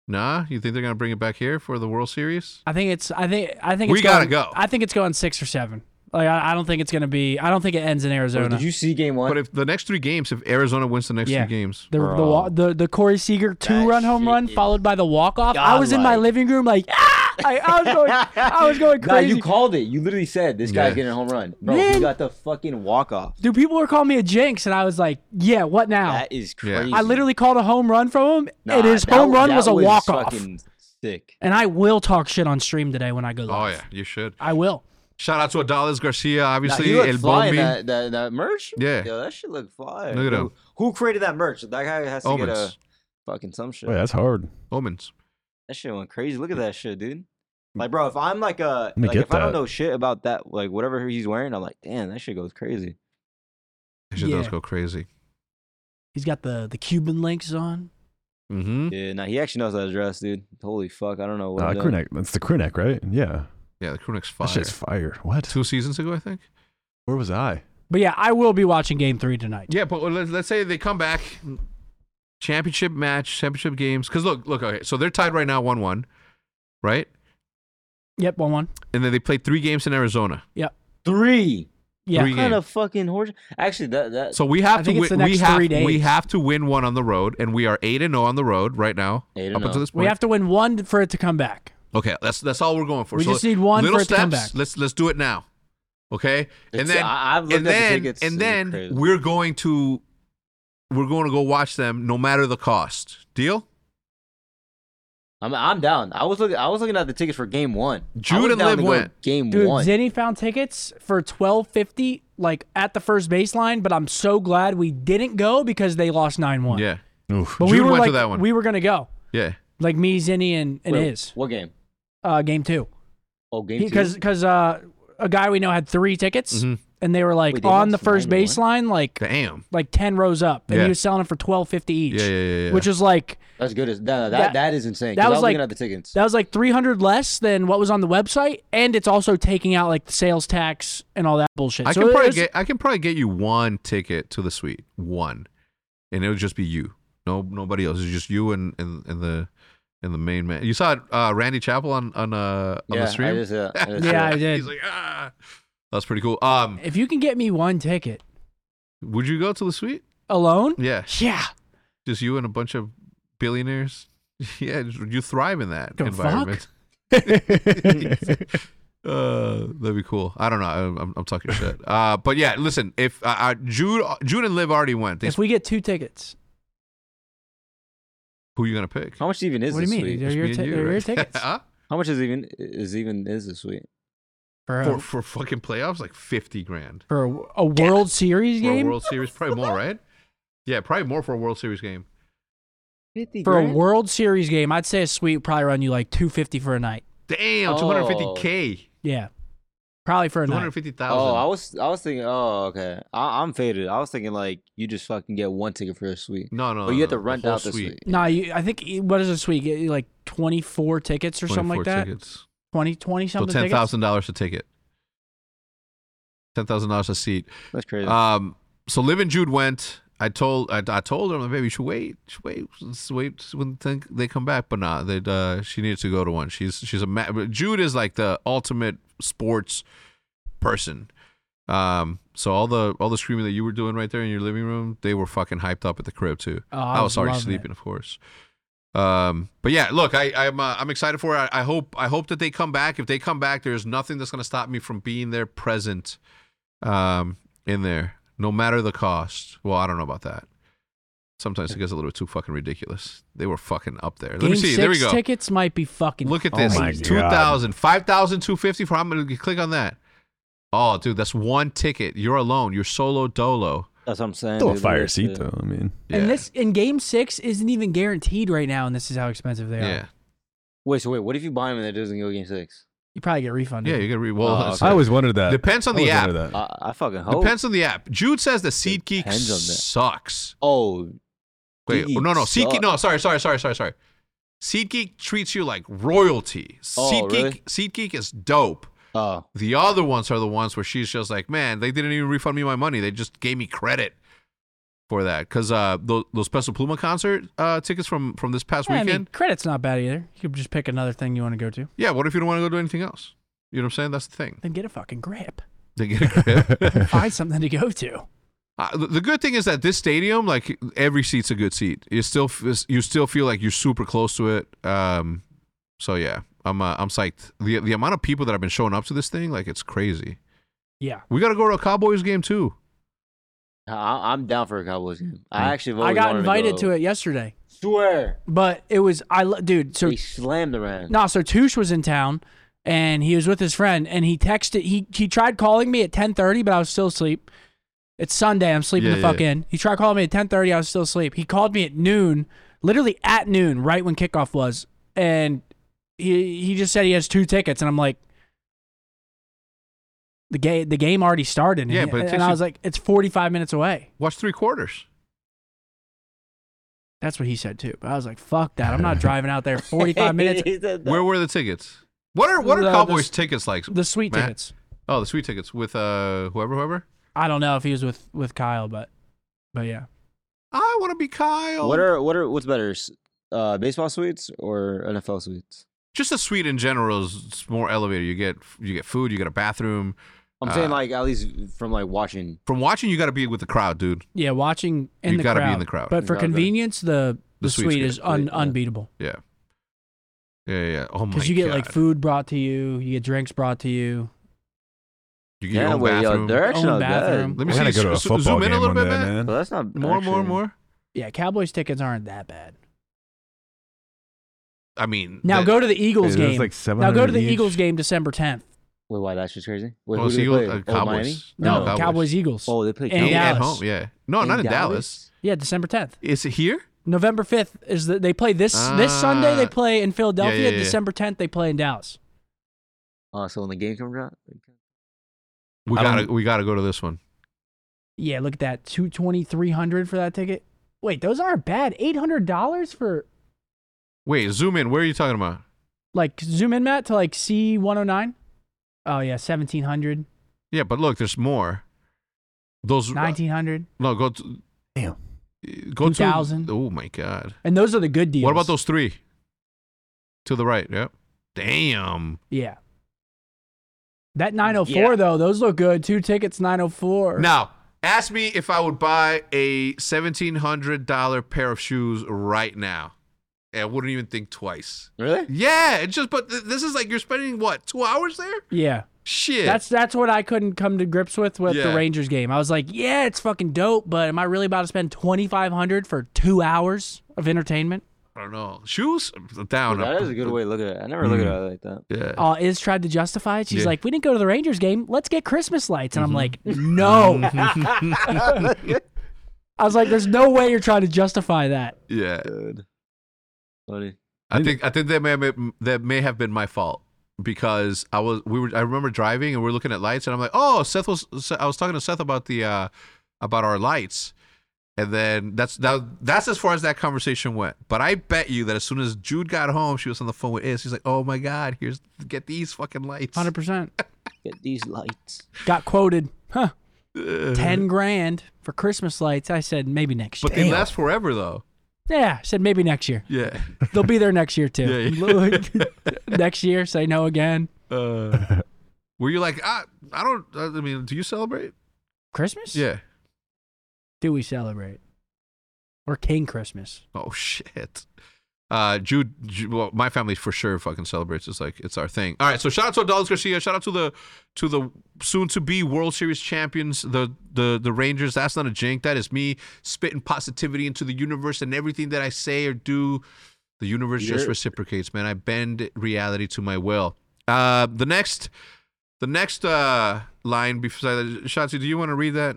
Nah, you think they're gonna bring it back here for the World Series?
I think it's I think I think
We
it's
gotta
going-
go.
I think it's going six or seven like I, I don't think it's gonna be I don't think it ends in
Bro,
Arizona
did you see game one?
But if the next three games, if Arizona wins the next
Yeah.
three games,
The, the
Bro.
wa- the the Corey Seager two run home
shit
run
is
followed by the walk off. I was in my
godlike.
living room like ah! I, I was going I was going
Nah,
crazy.
you called it. You literally said this guy's
Yeah.
getting a home run, bro.
Man.
He got the fucking walk off.
Dude, people were calling me a jinx, and I was like, yeah, what now?
That is
Yeah.
crazy.
I literally called a home run from him,
Nah,
and his
that-
home run
that
was a walk off.
fucking Sick.
And I will talk shit on stream today when I go
oh
live.
yeah, you should.
I will.
Shout out to Adalis Garcia,
Nah,
obviously
he looked
El
fly in
Bombi.
that, that, that merch.
Yeah.
Yo, that shit looked fly.
Look at
Who-
him.
Who created that merch? That guy has to get a
Omens,
fucking some shit.
Wait, that's hard.
omens.
That shit went crazy. Look at that shit,
Mm.
dude. Like, bro, if I'm like a
me
like
get
if I don't
that.
know shit about that, like whatever he's wearing, I'm like, damn, that shit goes crazy.
That shit does
Yeah.
go crazy.
He's got the, the Cuban links on.
Mm-hmm.
Mm.
Yeah, now he actually knows how to dress, dude. Holy fuck, I don't know what.
Uh,
I'm
crew
doing.
neck. That's the crew neck, right? Yeah.
Yeah, the crew neck's
That
fire.
shit's fire. What?
Two seasons ago, I think.
Where was I?
But yeah, I will be watching game three tonight.
Yeah, but let's, let's say they come back, championship match, championship games. Because look, look, okay, so they're tied right now, one-one, right?
Yep, 1 1.
And then they played three games in Arizona.
Three.
Yeah.
Three
What kind
games.
of fucking horse? Actually, that that.
So we have
I
to
think it's
win.
the
We
next
have,
three
we
days.
have to win one on the road, and we are eight and zero on the road right now.
Eight and
up until
oh.
this point,
We have to win one for it to come back.
okay, that's that's all we're going for.
We
so
just need one
little
for it to
steps.
come back.
Let's let's do it now. Okay, and
It's-
then
I, I've looked
and
at
then
the tickets.
and
they're
then
crazy.
we're going to we're going to go watch them no matter the cost. Deal?
I'm I'm down. I was looking I was looking at the tickets for game one. I
Jude
was
and
down
Liv
to go
went.
Game
Dude,
one.
Zinni found tickets for twelve fifty, like at the first baseline. But I'm so glad we didn't go because they lost nine one.
Yeah,
Oof.
but we
Jude
were
went
like,
to that one.
we were gonna go,
yeah.
like me, Zinni, and and
Wait,
Iz,
What game?
uh, game two,
Oh, game
because
two.
because uh, a guy we know had three tickets,
Mhm.
and they were like
Wait, they
on
lost
the first
9-1?
baseline, like
Damn.
like ten rows up, and
Yeah.
he was selling it for twelve fifty each,
Yeah, yeah, yeah. yeah.
which is like
That's good. As, that,
That-
that, that is insane.
that
'cause I
was
was
like-
looking at the tickets.
That was like 300 less than what was on the website, and it's also taking out like the sales tax and all that bullshit.
I
so
can
it
probably
was-
get I can probably get you one ticket to the suite, one, and it would just be you. No, nobody else. It's just you and and, and the and the main man. You saw uh, Randy Chapel on on uh on
yeah,
the stream.
I just, uh, I just,
Yeah,
uh,
I did.
He's like ah, that's pretty cool. Um,
If you can get me one ticket
would you go to the suite?
alone,
Yeah,
yeah,
just you and a bunch of billionaires. Yeah, you thrive in that
Go
environment. Uh, that'd be cool. I don't know. I'm, I'm, I'm talking shit. Uh, but yeah, listen. If uh, uh, Jude, Jude and Liv already went, they,
if we get two tickets,
who you gonna pick?
how much even is
what do
this
you mean?
suite?
They're your,
Me and
ti-
you,
they're your
right?
tickets.
Huh?
How much is even is even is this suite?
for, a,
for for fucking playoffs, like fifty grand
for a, a World Series
for a
game?
World Series, probably more, right? Yeah, probably more for a World Series game.
Fifty
for a World Series game, I'd say a suite would probably run you like 250 for a night.
Damn,
Oh.
two hundred fifty k,
Yeah, probably for a
two hundred
night.
fifty
Oh, I
thousand.
was I was thinking. Oh, okay. I, I'm faded. I was thinking like you just fucking get one ticket for a suite.
No, no,
But you
no,
have to
no, the
rent
whole
out the
suite.
suite.
Nah, you, I think eh, what is a suite? Get you like 24 tickets or something like
24
that.
Tickets.
20, 20
So
something
ten
tickets.
thousand dollars a ticket, ten thousand dollars a seat.
That's crazy.
Um, so Liv and Jude went. I told I, I told her, I'm like, baby, you should wait, you should wait, Just wait when think they come back. But nah, they uh, she needs to go to one. She's she's a ma- but Jude is like the ultimate sports person. Um, so all the all the screaming that you were doing right there in your living room, they were fucking hyped up at the crib too.
Oh,
I was already
loving it.
sleeping, of course. Um, but yeah, look, I, I'm uh, I'm excited for it. I, I hope I hope that they come back. If they come back, there's nothing that's gonna stop me from being there, present, um, in there, no matter the cost. Well, I don't know about that. Sometimes it gets a little too fucking ridiculous. They were fucking up there. Let
Game
me see.
six
There we go.
tickets might be fucking.
Look at
Oh
this.
my God.
2,000, 5,250 for how many? Click on that. Oh, dude, that's one ticket. You're alone. You're solo dolo.
That's what I'm saying.
Still a
dude. uh,
fire
Look,
seat
dude.
though. I mean,
Yeah.
And this and game six isn't even guaranteed right now, and this is how expensive they are.
Yeah.
Wait, so wait, what if you buy him and it doesn't go game six?
You probably get refunded.
Yeah, you got to re. Well,
Oh,
that's
okay.
it.
I always wondered that.
Depends
I
on the
always
app.
wondered that.
I, I fucking hope.
Depends on the app. Jude says the SeatGeek
Oh. Depends on that.
sucks.
Oh,
Wait,
Geek
no, no,
suck.
SeatGeek. No, sorry, sorry, sorry, sorry, sorry. SeatGeek treats you like royalty.
Oh,
SeatGeek,
really?
SeatGeek is dope.
oh,
The other ones are the ones where she's just like, man, they didn't even refund me my money. They just gave me credit for that because uh, those, those Peso Pluma concert uh, tickets from from this past
Yeah, I
weekend.
mean, credit's not bad either. You could just pick another thing you want to go to,
yeah, what if you don't want to go do anything else? You know what I'm saying? That's the thing.
then get a fucking grip.
They get a credit.
Find something to go to.
Uh, the- the good thing is that this stadium, like every seat's a good seat. You still f- you still feel like you're super close to it. Um, so yeah, I'm uh, I'm psyched. the The amount of people that have been showing up to this thing, like it's crazy.
Yeah,
We got to go to a Cowboys game too.
I, I'm down for a Cowboys game.
Mm.
I actually voted.
I got invited to it yesterday,
Swear,
but it was I, lo- dude. So
they slammed the Rams.
No, so Touche was in town and he was with his friend and he texted he he tried calling me at 10:30 but I was still asleep. It's Sunday, I'm sleeping
Yeah,
the fuck
yeah.
in. He tried calling me at 10:30, I was still asleep. He called me at noon, literally at noon, right when kickoff was, and he he just said he has two tickets and I'm like the game the game already started. And
Yeah,
he-
but it
and
takes
I
you-
was like it's 45 minutes away.
Watch three quarters.
That's what he said too. But I was like fuck that. I'm not driving out there 45 minutes
He said that.
Where were the tickets? What are what are
The- the
Cowboys
s-
tickets like?
the sweet
Matt?
tickets.
Oh, the sweet tickets with uh whoever whoever.
I don't know if he was with with Kyle but but yeah.
I want to be Kyle.
What are what are what's better, s- uh, baseball suites or NFL suites?
just the suite in general is it's more elevated. You get you get food. You get a bathroom.
I'm
Uh,
saying like at least from like watching.
From watching, you got to be with the crowd, dude.
Yeah, watching in
You
the
gotta be
crowd.
in the crowd.
But for
Exactly.
convenience, the the,
The suite's
suite
good.
is un,
Suite, yeah.
unbeatable
Yeah. Yeah, yeah. yeah. Oh my god.
because you get like food brought to you, you get drinks brought to you.
You get your
Yeah,
own
wait, yo,
bathroom.
they're actually
Own
not
bathroom.
Let
bad.
We
me
gotta go
see.
to a
zo-
football
zoom in
game
a little
one day,
bit, man.
man.
Well, that's not
More, more,
actually-
more.
Yeah, Cowboys tickets aren't that bad.
I mean,
Now
the-
go to the Eagles
Dude, that's
game.
like
now go to
700
the
each.
Eagles game December 10th.
Wait, why that's just crazy? Wait,
Oh, so
who do they
you
play?
uh,
Oh, Miami?
Cowboys?
No,
Cowboys.
Cowboys Eagles.
Oh, they play
In
Oh,
Cowboys.
at
Dallas.
home, yeah. No, not in Dallas.
Yeah, December 10th.
Is it here?
November 5th is the, they play this this Sunday they
Ah.
play in Philadelphia,
Yeah, yeah, yeah.
December 10th they play in Dallas.
Oh, so when the game comes out,
We
I don't-
gotta, we gotta go to this one.
Yeah, look at that. 220 300 for that ticket. Wait, those aren't bad. $800 for
Wait, zoom in. Where are you talking about?
like zoom in Matt to like C109. Oh yeah, 1700,
Yeah, but look, there's more. Those uh,
1900.
no, go to
Damn.
Go to
2000.
Oh my god.
And those are the good deals.
What about those three? To the right. Yep. Damn.
Yeah. That 904 though, those look good. Two tickets 904.
Now, ask me if I would buy a seventeen hundred dollar pair of shoes right now. And I wouldn't even think twice.
really?
Yeah, it's just but th- this is like you're spending what two hours there?
Yeah.
Shit.
That's that's what I couldn't come to grips with with the
Yeah.
Rangers game. I was like, yeah, it's fucking dope, but am I really about to spend 2500 for 2 hours of entertainment?
I don't know. Shoes down.
that is a good way to look at it. I never look at
Hmm.
it like that.
Yeah.
Uh, Iz tried to justify it. She's
Yeah. Mm-hmm.
like, we didn't go to the Rangers game. Let's get Christmas lights. And I'm like, no. I was like, there's no way you're trying to justify that.
Yeah.
Good. Funny.
I think I think that may have been, that may have been my fault because I was we were I remember driving and we are looking at lights and I'm like, "Oh, Seth was I was talking to Seth about the uh about our lights." And then that's that, that's as far as that conversation went. But I bet you that as soon as Jude got home, she was on the phone with Is. She's like, "Oh my god, here's get these fucking lights."
100%.
Get these lights.
Got quoted, huh?
Ugh.
10 grand for Christmas lights. I said, maybe next
Uh-huh. But
year.
they last forever though.
yeah, I said, maybe next year.
Yeah.
They'll be there next year, too.
Yeah,
next year, say no again.
Uh, were you like, "I I don't I mean, do you celebrate?"
Christmas?
Yeah.
do we celebrate? Or King Christmas?
Oh shit. Uh, Jude, Ju- well, my family for sure fucking celebrates. It's like it's our thing. All right, so shout out to Adolis Garcia. Shout out to the to the soon to be World Series champions, the the the Rangers. That's not a jink. That is me spitting positivity into the universe, and everything that I say or do, the universe just
You're-
reciprocates. Man, I bend reality to my will. Uh, the next, the next uh line beside that, Shotzi, do you want to read that?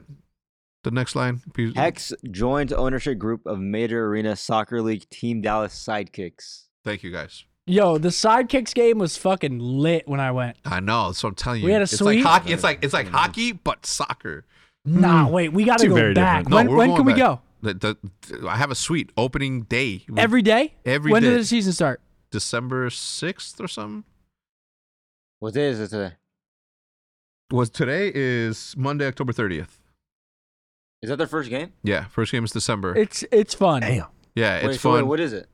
The next line. Be-
Hex joins ownership group of Major Arena Soccer League Team Dallas Sidekicks.
Thank you guys.
Yo, the sidekicks game was fucking lit when I went.
I know. So I'm telling you,
We had a
it's
suite.
like hockey. It's like it's like hockey, but soccer.
Hmm.
Nah, wait, we gotta
Two
go
very
back.
different-
No,
when
we're
when
going
can we
back.
go?
The, the- I have a suite opening day. We-
Every day?
every
when
day.
did the season start?
December sixth or something.
What day is it today?
Was today is Monday, October thirtieth.
Is that their first game?
Yeah, first game is December.
It's it's fun.
Damn.
yeah, it's
Wait, so wait,
fun.
what is it?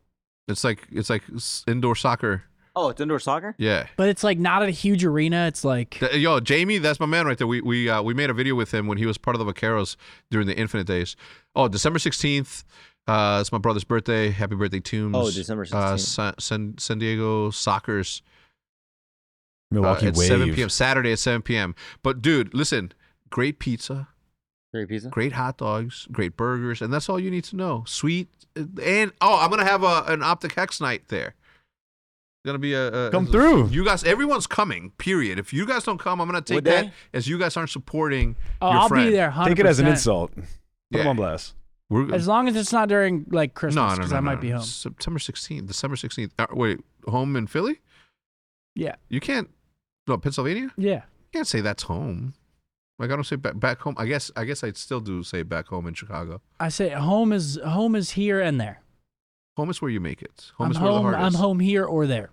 it's like it's like s- indoor soccer.
Oh, it's indoor soccer.
Yeah.
But it's like not at a huge arena. It's like
Th- Yo, Jamie, that's my man right there. We we uh, we made a video with him when he was part of the Vaqueros during the Infinite Days. Oh, December sixteenth. Uh, it's my brother's birthday. Happy birthday, Tombs.
Oh, December
Uh,
16th.
San, San San Diego Soccer's
Milwaukee
uh, at
Wave.
7 p.m. Saturday at 7 p.m. But dude, listen, great pizza,
Great pizza.
great hot dogs, great burgers, and that's all you need to know. Sweet and oh, I'm gonna have a, an optic hex night there. Gonna be a, a
Come through.
You guys, everyone's coming. Period. If you guys don't come, I'm gonna take
Would
that
they?
as you guys aren't supporting
oh,
your
I'll
friend.
be there 100%.
Take it as an insult. Put
Yeah.
him on blast.
We're,
As long as it's not during like
no,
Christmas
no, no,
because
no,
I might
no.
be home.
September 16th, December 16th. Uh, wait, home in Philly?
Yeah.
You can't. No, Pennsylvania.
Yeah.
can't say that's home. Like I don't say back, back home. I guess I guess I still do say back home in Chicago.
I say home is home is here and there.
Home is where you make it. Home
I'm
is where
home
the heart
I'm
is.
home here or there.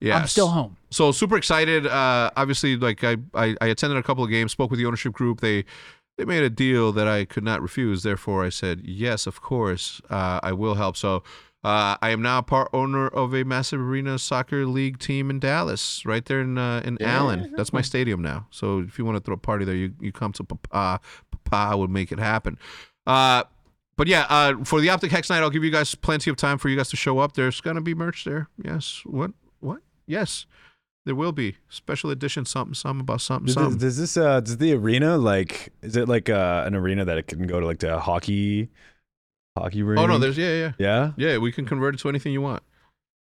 Yeah,
I'm still home.
So super excited. Uh, obviously, like I, I I attended a couple of games. Spoke with the ownership group. They they made a deal that I could not refuse. Therefore, I said yes, of course, uh, I will help. So. Uh, I am now part owner of a massive arena soccer league team in Dallas, right there in uh, in
Yeah,
Allen.
that's
That's my stadium now. So if you want to throw a party there, you, you come to Papa. Papa would make it happen. Uh, but yeah, uh, for the Optic Hex night, I'll give you guys plenty of time for you guys to show up. There's gonna be merch there. Yes. What? What? Yes. There will be special edition something something about something
Does, this-
something.
does this uh does the arena like is it like uh an arena that it can go to like the hockey hockey ring?
oh no, there's yeah yeah
yeah
yeah. We can convert it to anything you want.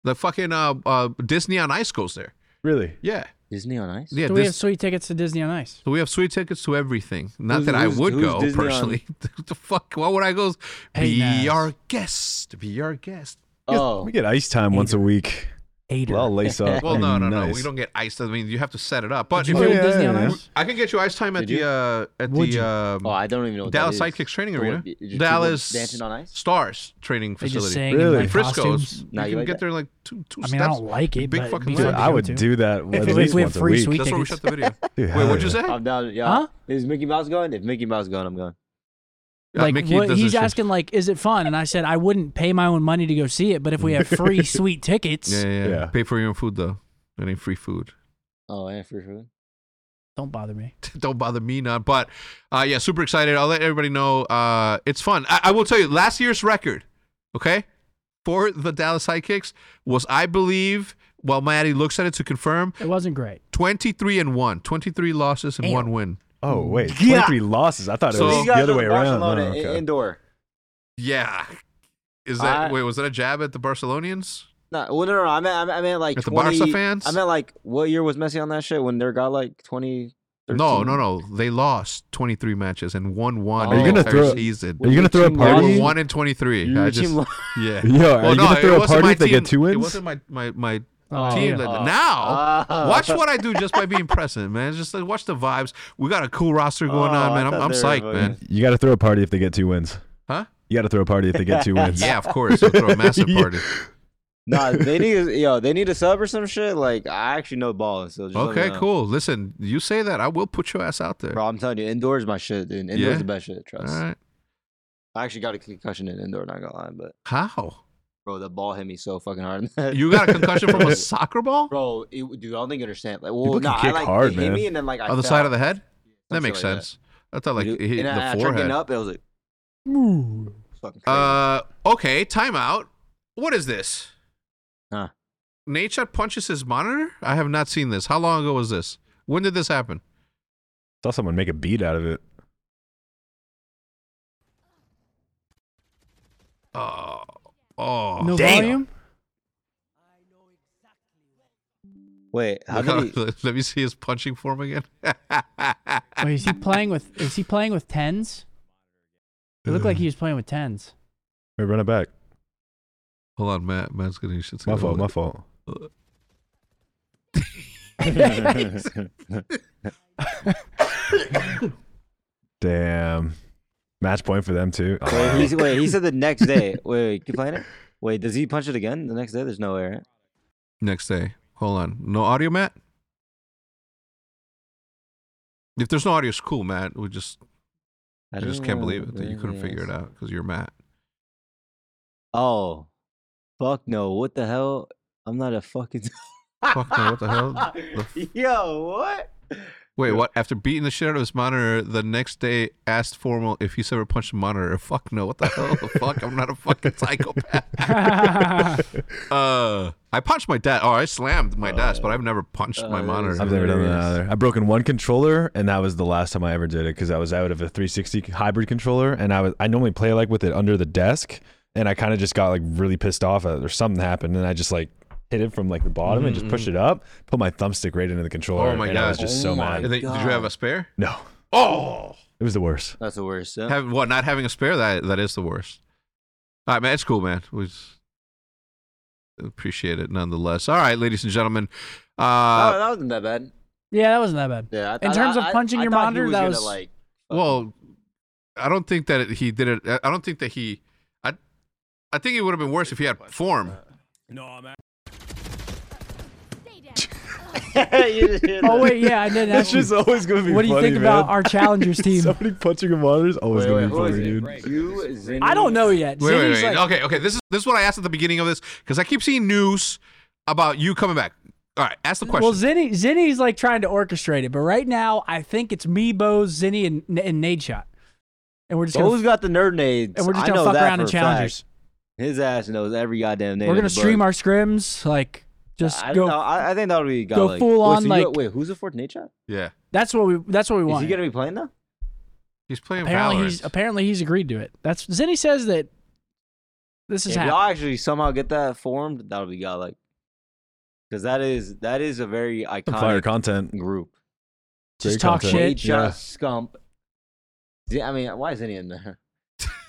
The fucking uh, uh Disney on Ice goes there.
really.
Yeah
Disney on Ice.
yeah.
so we
Dis-
have sweet tickets to Disney on Ice.
so we have sweet tickets to everything. Not
Who's-
that I
who's-
would
who's
go
Disney on-
personally. the fuck? Why would I go?
Hey,
be
Nas.
our guest. Be our guest.
Oh,
We get ice time once a week.
Hater.
Well, I'll lace up.
Well, no, no, no.
Nice.
We don't get ice. I mean, you have to set it up. But
Did you
if
go
you-
to
yeah,
Disney
yeah,
on
yeah.
Ice?
I can get you ice time at
Did
the uh, at
Would
the
you?
um,
oh, I don't even know. What
Dallas
that is.
Sidekicks Training
What,
Arena,
did you see
Dallas
dancing on ice.
Stars Training
They just
Facility,
sang
Really?
in like
Frisco's.
costumes.
You
Nah, you
can
like
get
that?
there like two two
I
steps.
mean, I don't like it,
Big
but
fucking
it'd be
line.
fun
Dude,
to
I
go
would
to.
do that
If
at
we-
least
we have
once a
free
week.
sweet-
That's where we shut the video.
Dude,
Wait, what'd
hell
you say?
I'm down. Oh, Yeah.
Huh?
Is Mickey Mouse going? If Mickey Mouse going, I'm going.
Yeah,
like
Mickey
what,
does this
he's
shit.
asking, like, is it fun? And I said I wouldn't pay my own money to go see it, but if we have free sweet tickets,
Yeah, yeah, yeah.
Yeah.
Pay for your own food though. It ain't free food.
Oh, yeah, for sure.
don't bother me.
don't bother me not. But uh, yeah, super excited. I'll let everybody know. Uh, it's fun. I-, I will tell you, last year's record, okay, for the Dallas Sidekicks was, I believe, while Maddie looks at it to confirm,
It wasn't great.
23 and 1, 23 losses and
Damn.
one win.
Oh wait,
Yeah.
23 losses. I thought it
So-
was
You
the other way around. Oh,
Barcelona
okay.
indoor.
Yeah. Is that
I-
wait? Was that a jab at the Barcelonians?
No, well, no, no, no. I meant, I meant, I meant like
At the
20,
Barca fans?
I meant like what year was Messi on that shit when they got like twenty?
No, no, no. They lost 23 matches and won one.
Are you
the
gonna
entire
throw-
season?
Are you gonna throw a
They
party?
were one and 23. I just, yeah.
Yo, are you gonna
it
throw a
wasn't
party
my
if they
team-
get two
It
wins?
wasn't my my my
Oh,
team.
yeah.
that- Now,
Oh,
watch what I do just by being present, man. Just like, watch the vibes. We got a cool roster going
Oh,
on,
I
man. I'm,
thought
I'm
they were
psyched,
voting.
man.
You got to throw a party if they get two wins.
Huh?
You got to throw a party if they get two wins.
Yeah, of course. We'll throw a massive
Yeah.
party.
Nah, they need yo, they need a sub or some shit. Like I actually know balling, so just let me
Okay,
know.
cool. Listen, you say that, I will put your ass out there.
Bro, I'm telling you, indoors my shit. Dude. Indoors
Yeah?
the best shit. Trust.
All right.
I actually got a concussion in indoor. Not gonna lie, but
How?
bro, the ball hit me so fucking hard.
You got a concussion from a soccer ball
bro, it, dude, I don't think you understand. Like, well,
People can
nah, I
kick
like
hard,
it hit
man.
me and then like I
on the
fell.
side of the head? That
Some
makes
shit like
sense. I thought like
Dude,
it hit
and I, I
the
tried getting
forehead.
up. It was like fucking crazy.
Uh, okay, timeout. What is this?
Huh.
Nate Shot punches his monitor. I have not seen this. How long ago was this? When did this happen?
Saw someone make a beat out of it.
Oh, oh,
No
Damn.
volume.
Wait, how
Look how-
did he?
let me see his punching form again.
Wait, is he playing with? Is he playing with tens? It looked like he was playing with tens.
Wait, run it back.
Hold on, Matt. Matt's gonna. Shit's
My
gonna
fault. My fault. Damn. Match point for them too. Oh, wow.
Wait, he, wait, he said the next day. Wait, wait, keep playing it. Wait, does he punch it again the next day? There's no way, right?
Next day. Hold on. No audio, Matt. If there's no audio, it's cool, Matt. We just, I just can't believe it that you couldn't figure it out because you're Matt.
Oh, fuck no! What the hell? I'm not a fucking.
Fuck no! What the hell? The-
Yo, what?
Wait, what? After beating the shit out of his monitor, the next day asked Formal if he's ever punched a monitor. Fuck no! What the hell? The fuck! I'm not a fucking psychopath. Uh, I punched my dad. Oh, I slammed my desk, but I've never punched
uh,
my
that
monitor.
is-
I've never done that either. I've broken one controller, and that was the last time I ever did it because I was out of a 360 hybrid controller, and I was I normally play like with it under the desk, and I kind of just got like really pissed off at, or something happened, and I just like hit it from like the bottom and
Mm-hmm.
just pushed it up, put my thumbstick right into the controller.
Oh my
and I was
God.
just
Oh
so
my
mad.
And then- did you have a spare?
No,
Oh,
it was the worst.
That's the worst. Yeah.
have, what? Not having a spare? That that is the worst. All right, man. It's cool, man. We just appreciate it nonetheless. All right, ladies and gentlemen.
oh,
Uh,
that wasn't that bad.
yeah, that wasn't that bad.
Yeah. I,
In
I-
terms of
I-
punching
I
your
thought he
monitor, that
gonna,
was-
like.
well, I don't think that he did it. I don't think that he. I, I think it would have been worse if he had form.
You just hear
Oh
the-
wait, yeah, I didn't
That's
actually.
just always gonna be.
What do you
funny,
think about
man.
our challengers team?
Somebody punching a monitor is always
Wait, wait,
gonna
who
be
is
funny, dude.
it? You, Zinni-
I don't know yet.
Wait, wait,
Zinni's
wait.
like,
okay, okay. This is this is what I asked at the beginning of this because I keep seeing news about you coming back. All right, ask the question.
Well, Zinni, Zinni's like trying to orchestrate it, but right now I think it's me, Bo, Zinni, and, and Nade Shot, and we're just
So
gonna,
who's got the nerd nades?
and we're just
I
gonna
know
fuck
that
around
for
in
a
challengers.
fact. His ass knows every goddamn name.
We're
in
gonna
the book.
stream our scrims. Like Just
I
go.
don't know. I, I think that would be got
go
like,
full
wait,
on,
so you got-
like-
wait, who's the fourth nature?
Yeah,
That's what we. That's what we
Is
want.
he gonna be playing though?
he's playing
apparently
Valorant.
he's apparently he's agreed to it. That's Zinni says that this is
If y'all
happening.
actually somehow get that formed, that would be godlike. Because that is that is a very
Some fire
iconic
content.
group.
Just
great
talk
content.
shit.
Wade Shaw,
yeah.
Scump. Z- I mean, why is Zinni in there?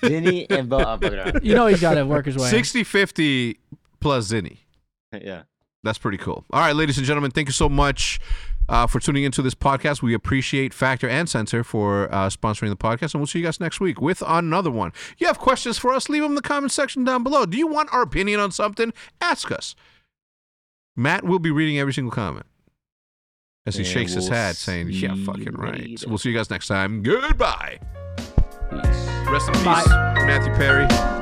Zinni and Bo. oh, I'm fucking around.
You know he's got to work his way.
60 50 plus Zinni.
Yeah.
That's pretty cool. All right, ladies and gentlemen, thank you so much uh, for tuning into this podcast. We appreciate Factor and Center for uh, sponsoring the podcast, and we'll see you guys next week with another one. You have questions for us? Leave them in the comment section down below. Do you want our opinion on something? Ask us. Matt will be reading every single comment as he
And
shakes his
we'll
head, saying, "Yeah,
see you
fucking right."
later.
So we'll see you guys next time. Goodbye.
Peace.
Rest in peace,
Bye.
Matthew Perry.